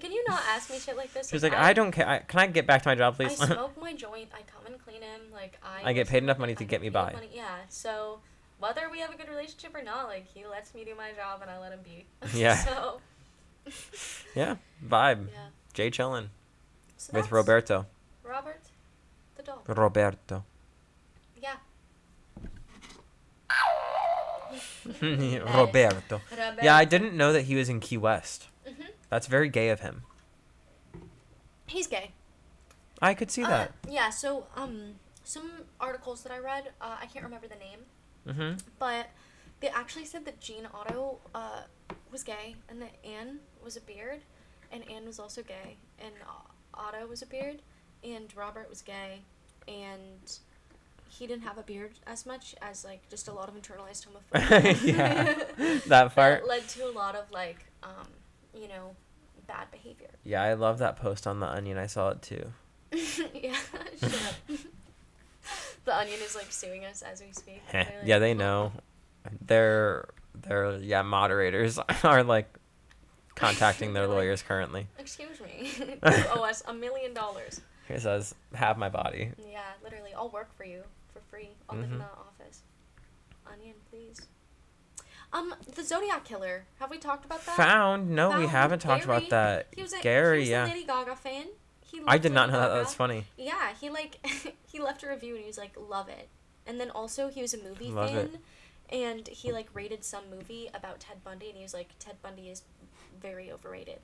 Speaker 2: can you not ask me shit like this?
Speaker 1: she's like, I, don't care. I, can I get back to my job,
Speaker 2: I
Speaker 1: please?
Speaker 2: smoke my joint. I come and clean him. Like I.
Speaker 1: I get paid enough money
Speaker 2: I
Speaker 1: to
Speaker 2: get
Speaker 1: get me
Speaker 2: paid enough
Speaker 1: by.
Speaker 2: money- Yeah. So whether we have a good relationship or not, like he lets me do my job and I let him be.
Speaker 1: Yeah.
Speaker 2: so
Speaker 1: yeah, vibe.
Speaker 2: yeah.
Speaker 1: Jay chillin'
Speaker 2: So
Speaker 1: with
Speaker 2: that's
Speaker 1: Roberto.
Speaker 2: Robert, the dog.
Speaker 1: Roberto.
Speaker 2: Yeah.
Speaker 1: Roberto.
Speaker 2: Robert.
Speaker 1: Yeah, I didn't know that he was in Key West.
Speaker 2: Mhm.
Speaker 1: That's very gay of him.
Speaker 2: He's gay.
Speaker 1: I could see that.
Speaker 2: Uh, yeah. So um, some articles that I read, uh, I can't remember the name,
Speaker 1: Mm-hmm.
Speaker 2: but they actually said that Gene Otto uh, was gay and that Anne was a beard, and Anne was also gay, and O- Otto was a beard, and Robert was gay, and he didn't have a beard as much as like just a lot of internalized homophobia.
Speaker 1: Yeah, that part.
Speaker 2: led to a lot of like, um, you know, bad behavior.
Speaker 1: Yeah, I love that post on the Onion. I saw it too.
Speaker 2: yeah, shut up. the Onion is like suing us as we speak.
Speaker 1: Heh.
Speaker 2: They're like,
Speaker 1: yeah, they
Speaker 2: "Oh,
Speaker 1: know. Their their yeah moderators are like contacting their lawyers currently.
Speaker 2: Excuse me. you owe us a million dollars.
Speaker 1: It says, "Have my body."
Speaker 2: Yeah, literally, I'll work for you for free. I'll live
Speaker 1: Mhm.
Speaker 2: in the office. Onion, please. Um, the Zodiac Killer. Have we talked about that?
Speaker 1: Found? No, we
Speaker 2: Found
Speaker 1: haven't talked
Speaker 2: Gary.
Speaker 1: about that.
Speaker 2: He was a,
Speaker 1: Gary,
Speaker 2: he was
Speaker 1: yeah.
Speaker 2: a Lady Gaga fan. He
Speaker 1: I
Speaker 2: loved
Speaker 1: did not
Speaker 2: Lady
Speaker 1: know that.
Speaker 2: Gaga.
Speaker 1: That's funny.
Speaker 2: Yeah, he like he left a review and he was like, "Love it." And then also he was a movie
Speaker 1: Love
Speaker 2: fan,
Speaker 1: it.
Speaker 2: and he like rated some movie about Ted Bundy, and he was like, "Ted Bundy is very overrated."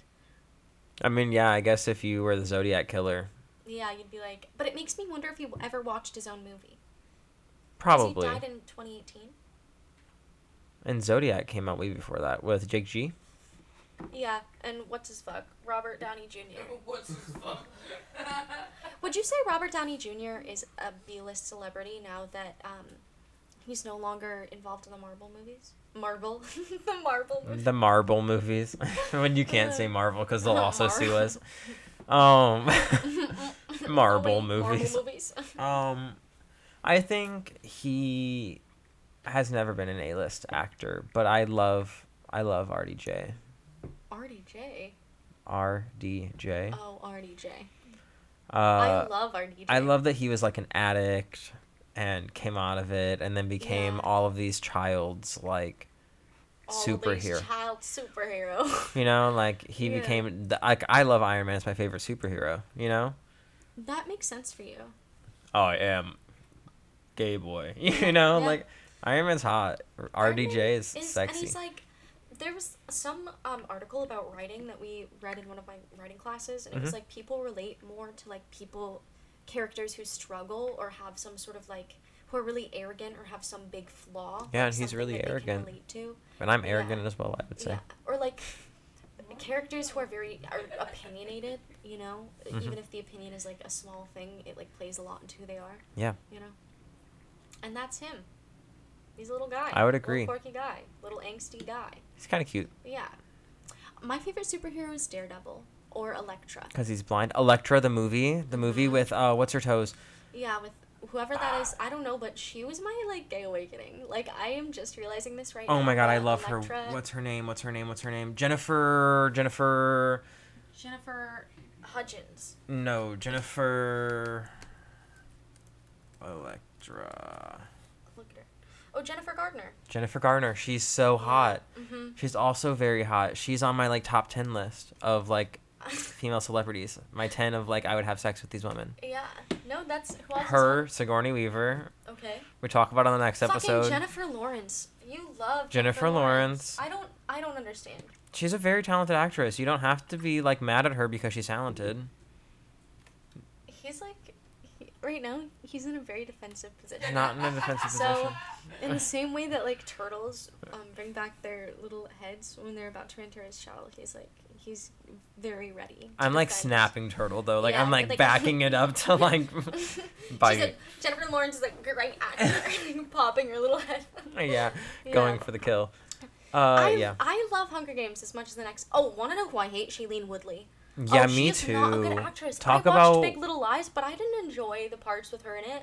Speaker 1: I mean, yeah, I guess if you were the Zodiac killer,
Speaker 2: Yeah, you'd be like, but it makes me wonder if he ever watched his own movie. 'Cause
Speaker 1: probably.
Speaker 2: He died in 2018.
Speaker 1: And Zodiac came out way before that with Jake G.
Speaker 2: Yeah, and what's his fuck? Robert Downey Jr.
Speaker 3: What's his fuck?
Speaker 2: Would you say Robert Downey Jr. is a B-list celebrity now that um, he's no longer involved in the Marvel movies? Marvel, the Marvel movies.
Speaker 1: The Marvel movies. when you can't say Marvel because they'll also sue us. Um, Marvel
Speaker 2: Only
Speaker 1: movies.
Speaker 2: Marvel movies.
Speaker 1: um, I think he has never been an A-list actor, but I love I love RDJ.
Speaker 2: RDJ.
Speaker 1: RDJ.
Speaker 2: Oh, RDJ.
Speaker 1: Uh,
Speaker 2: I love RDJ.
Speaker 1: I love that he was like an addict and came out of it and then became
Speaker 2: Yeah.
Speaker 1: all of these child's like
Speaker 2: All of these
Speaker 1: superhero.
Speaker 2: Child superhero.
Speaker 1: You know, like he
Speaker 2: Yeah.
Speaker 1: became the, like I love Iron Man. It's my favorite superhero. You know.
Speaker 2: that makes sense for you.
Speaker 1: Oh, I am gay boy. You know,
Speaker 2: Yeah.
Speaker 1: like Iron Man's hot. R-
Speaker 2: Iron
Speaker 1: RDJ
Speaker 2: Man
Speaker 1: is,
Speaker 2: And
Speaker 1: sexy.
Speaker 2: he's like, there was some um, article about writing that we read in one of my writing classes, and it was
Speaker 1: Mhm.
Speaker 2: like people relate more to like people, characters who struggle or have some sort of like who are really arrogant or have some big flaw.
Speaker 1: Yeah,
Speaker 2: like,
Speaker 1: and he's
Speaker 2: something
Speaker 1: really
Speaker 2: that they can
Speaker 1: arrogant.
Speaker 2: relate to.
Speaker 1: and I'm
Speaker 2: yeah.
Speaker 1: arrogant as well. I would say.
Speaker 2: Yeah, or like characters who are very are opinionated. You know,
Speaker 1: Mhm.
Speaker 2: even if the opinion is like a small thing, it like plays a lot into who they are.
Speaker 1: Yeah.
Speaker 2: You know, and that's him. He's a little guy.
Speaker 1: I would
Speaker 2: little
Speaker 1: agree.
Speaker 2: quirky guy, little angsty guy.
Speaker 1: He's kind of cute
Speaker 2: Yeah, my favorite superhero is Daredevil or Elektra.
Speaker 1: because he's blind. Elektra, the movie, the movie
Speaker 2: Mhm.
Speaker 1: with uh, what's her toes?
Speaker 2: Yeah, with whoever that is, I don't know, but she was my like gay awakening. Like I am just realizing this right now.
Speaker 1: Oh my god, I
Speaker 2: but
Speaker 1: love her.
Speaker 2: Elektra-
Speaker 1: What's her name? What's her name? What's her name? Jennifer. Jennifer.
Speaker 2: Jennifer Hudgens.
Speaker 1: No, Jennifer. Electra.
Speaker 2: Look at her. Oh, Jennifer Gardner.
Speaker 1: Jennifer Garner. She's so hot.
Speaker 2: hmm
Speaker 1: She's also very hot. She's on my like top ten list of like female celebrities. My ten of like I would have sex with these women.
Speaker 2: yeah. No, that's who else is
Speaker 1: Her, Sigourney Weaver.
Speaker 2: on- Okay.
Speaker 1: We talk about it on the next episode.
Speaker 2: Fucking Jennifer Lawrence. You love
Speaker 1: Jennifer Lawrence.
Speaker 2: I don't. I don't understand.
Speaker 1: She's a very talented actress. You don't have to be like mad at her because she's talented.
Speaker 2: He's like, he, right now he's in a very defensive position.
Speaker 1: Not in a defensive
Speaker 2: So-
Speaker 1: position.
Speaker 2: In the same way that like turtles um, bring back their little heads when they're about to enter his shell, he's like he's very ready. to
Speaker 1: I'm like
Speaker 2: defend.
Speaker 1: snapping turtle though. Like
Speaker 2: Yeah,
Speaker 1: I'm like,
Speaker 2: like-
Speaker 1: backing it up to like
Speaker 2: She's
Speaker 1: bite.
Speaker 2: like, Jennifer Lawrence is like right at her, popping her little head.
Speaker 1: yeah,
Speaker 2: Yeah.
Speaker 1: going for the kill. Uh
Speaker 2: I,
Speaker 1: yeah.
Speaker 2: I love Hunger Games as much as the next. Oh, want to know who I hate? Shailene Woodley.
Speaker 1: Yeah,
Speaker 2: oh, she
Speaker 1: me
Speaker 2: is Not a good
Speaker 1: too.
Speaker 2: actress.
Speaker 1: Talk
Speaker 2: I watched
Speaker 1: about
Speaker 2: Big Little Lies, but I didn't enjoy the parts with her in it.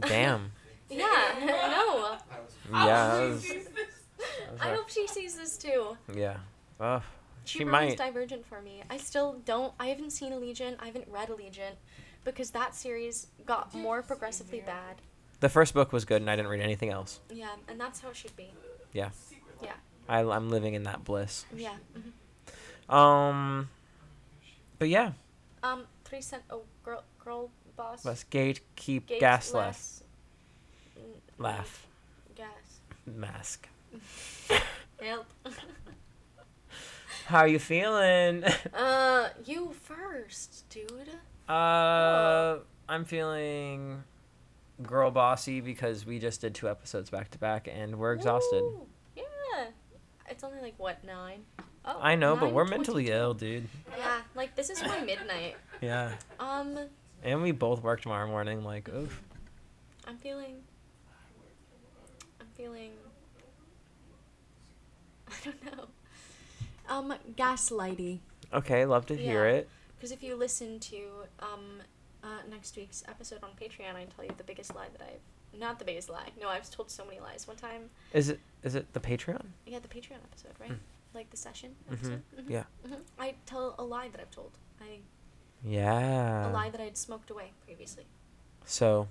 Speaker 1: damn.
Speaker 2: Yeah, no.
Speaker 1: Yeah. that was- that was
Speaker 2: I
Speaker 1: rough.
Speaker 2: hope she sees this too.
Speaker 1: yeah. Ugh.
Speaker 2: She,
Speaker 1: She
Speaker 2: ruins
Speaker 1: might.
Speaker 2: Divergent for me. I still don't. I haven't seen Allegiant. I haven't read Allegiant because that series got
Speaker 3: Did you
Speaker 2: more
Speaker 3: see
Speaker 2: progressively
Speaker 3: Mirror?
Speaker 2: bad.
Speaker 1: The first book was good, and I didn't read anything else.
Speaker 2: Yeah, and that's how it should be. Yeah.
Speaker 1: I, I'm living in that bliss.
Speaker 2: Yeah. mhm.
Speaker 1: Um, but yeah,
Speaker 2: Um, three cent. Oh, girl, girl boss.
Speaker 1: let's gate keep
Speaker 2: Gates,
Speaker 1: gas laugh
Speaker 2: less- n-
Speaker 1: laugh
Speaker 2: Gas.
Speaker 1: mask.
Speaker 2: Help.
Speaker 1: How are you feeling?
Speaker 2: uh, you first, dude.
Speaker 1: Uh, I'm feeling girl bossy because we just did two episodes back to back and we're exhausted.
Speaker 2: Woo. Yeah. It's only like what nine? Oh,
Speaker 1: I know, but we're
Speaker 2: 9:22.
Speaker 1: mentally ill, dude.
Speaker 2: Yeah, like this is my midnight.
Speaker 1: Yeah.
Speaker 2: Um,
Speaker 1: And we both work tomorrow morning. Like, oof.
Speaker 2: I'm feeling. I'm feeling. I don't know. Um, gaslighty.
Speaker 1: Okay, love to hear
Speaker 2: Yeah.
Speaker 1: it.
Speaker 2: Because if you listen to um, uh, next week's episode on Patreon, I tell you the biggest lie that I've. Not the biggest lie. No, I've told so many lies. One time,
Speaker 1: Is it is it the Patreon?
Speaker 2: yeah, the Patreon episode, right?
Speaker 1: Mm.
Speaker 2: Like the session
Speaker 1: Mhm,
Speaker 2: episode.
Speaker 1: yeah.
Speaker 2: hmm I tell a lie that I've told. I a
Speaker 1: Yeah.
Speaker 2: lie that I'd smoked away previously.
Speaker 1: So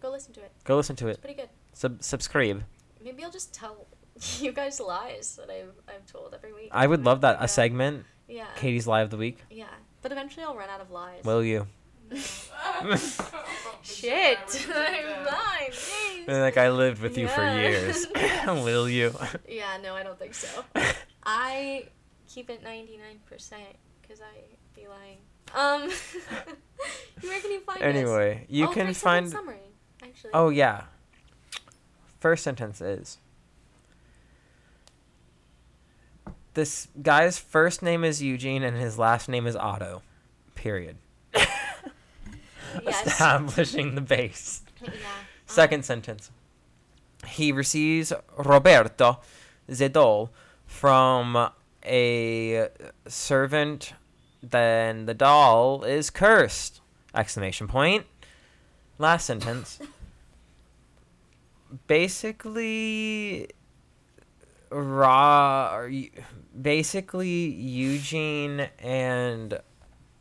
Speaker 2: Go listen to it.
Speaker 1: go listen to
Speaker 2: It's
Speaker 1: it.
Speaker 2: pretty good.
Speaker 1: Sub subscribe.
Speaker 2: Maybe I'll just tell you guys lies that I've I've told every week.
Speaker 1: I would love that
Speaker 2: Yeah.
Speaker 1: a segment.
Speaker 2: Yeah.
Speaker 1: Katie's lie of the week.
Speaker 2: Yeah. But eventually I'll run out of lies.
Speaker 1: Will you?
Speaker 2: Shit. I'm lying. Jeez.
Speaker 1: And, like I lived with you for
Speaker 2: Yeah.
Speaker 1: years. Will you?
Speaker 2: Yeah, no, I don't think so. I keep it 99% because I be lying. Um, where can you find us?
Speaker 1: anyway, you
Speaker 2: Oh,
Speaker 1: can
Speaker 2: three-sentence
Speaker 1: find.
Speaker 2: summary, actually.
Speaker 1: Oh yeah. First sentence is This guy's first name is Eugene and his last name is Otto. Period.
Speaker 2: Yes.
Speaker 1: Establishing the base.
Speaker 2: Yeah.
Speaker 1: Second sentence. He receives Roberto Zedol from a servant. Then the doll is cursed! Exclamation point. Last sentence. basically, Ra. or Eu- Basically, Eugene and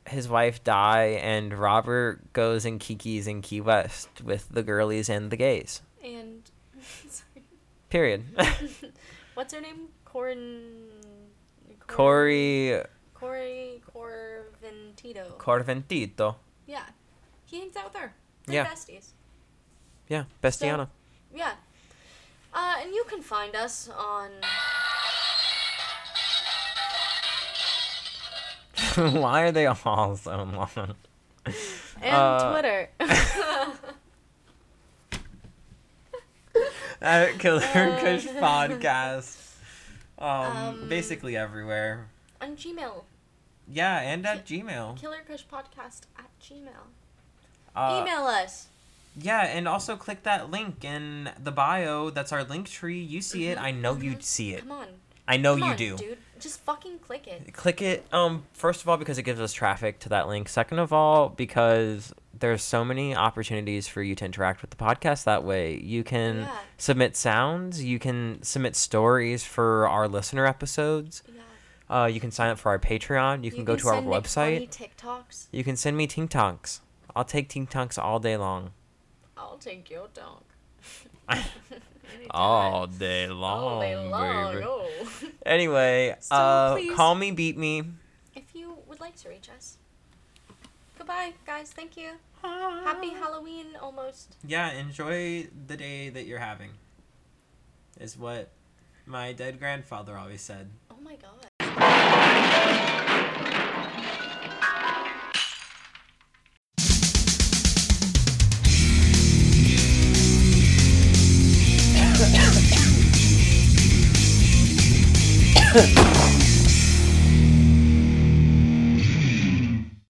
Speaker 1: his wife die, and Robert goes and kikis in Key West with the girlies and the gays.
Speaker 2: Um, and, sorry.
Speaker 1: Period.
Speaker 2: What's her name? Corin.
Speaker 1: Corey
Speaker 2: Corey Corventito.
Speaker 1: Corventito.
Speaker 2: yeah. He hangs out with her. They're
Speaker 1: Yeah.
Speaker 2: besties.
Speaker 1: Yeah, Bestiana.
Speaker 2: Yeah. Uh, and you can find us on.
Speaker 1: Why are they all so long?
Speaker 2: And
Speaker 1: Uh,
Speaker 2: Twitter.
Speaker 1: At Killer
Speaker 2: Uh.
Speaker 1: Kush podcast. Um,
Speaker 2: Um,
Speaker 1: basically everywhere.
Speaker 2: on Gmail.
Speaker 1: Yeah, and at Gmail.
Speaker 2: Killer Kush Podcast at Gmail.
Speaker 1: Uh,
Speaker 2: Email us.
Speaker 1: Yeah, and also click that link in the bio. That's our link tree. You see it.
Speaker 2: Mhm,
Speaker 1: I know you
Speaker 2: mhm.
Speaker 1: see it.
Speaker 2: Come on.
Speaker 1: I know
Speaker 2: Come
Speaker 1: you
Speaker 2: on,
Speaker 1: do.
Speaker 2: Dude, just fucking click it.
Speaker 1: click it um first of all because it gives us traffic to that link second of all because there's so many opportunities for you to interact with the podcast that way. You can
Speaker 2: Yeah.
Speaker 1: submit sounds, you can submit stories for our listener episodes.
Speaker 2: Yeah.
Speaker 1: Uh, you can sign up for our Patreon. You, can go to our
Speaker 2: send Nick
Speaker 1: website.
Speaker 2: funny TikToks.
Speaker 1: You can send me Tink Tonks. I'll take Tink Tonks all day long.
Speaker 2: I'll take your donk.
Speaker 1: All day long,
Speaker 2: All day long.
Speaker 1: baby.
Speaker 2: Oh.
Speaker 1: Anyway,
Speaker 2: So,
Speaker 1: uh,
Speaker 2: please-
Speaker 1: call me, beat me.
Speaker 2: if you would like to reach us. Goodbye, guys. Thank you. Happy Halloween almost.
Speaker 1: Yeah, enjoy the day that you're having. Is what my dead grandfather always said.
Speaker 2: Oh my god.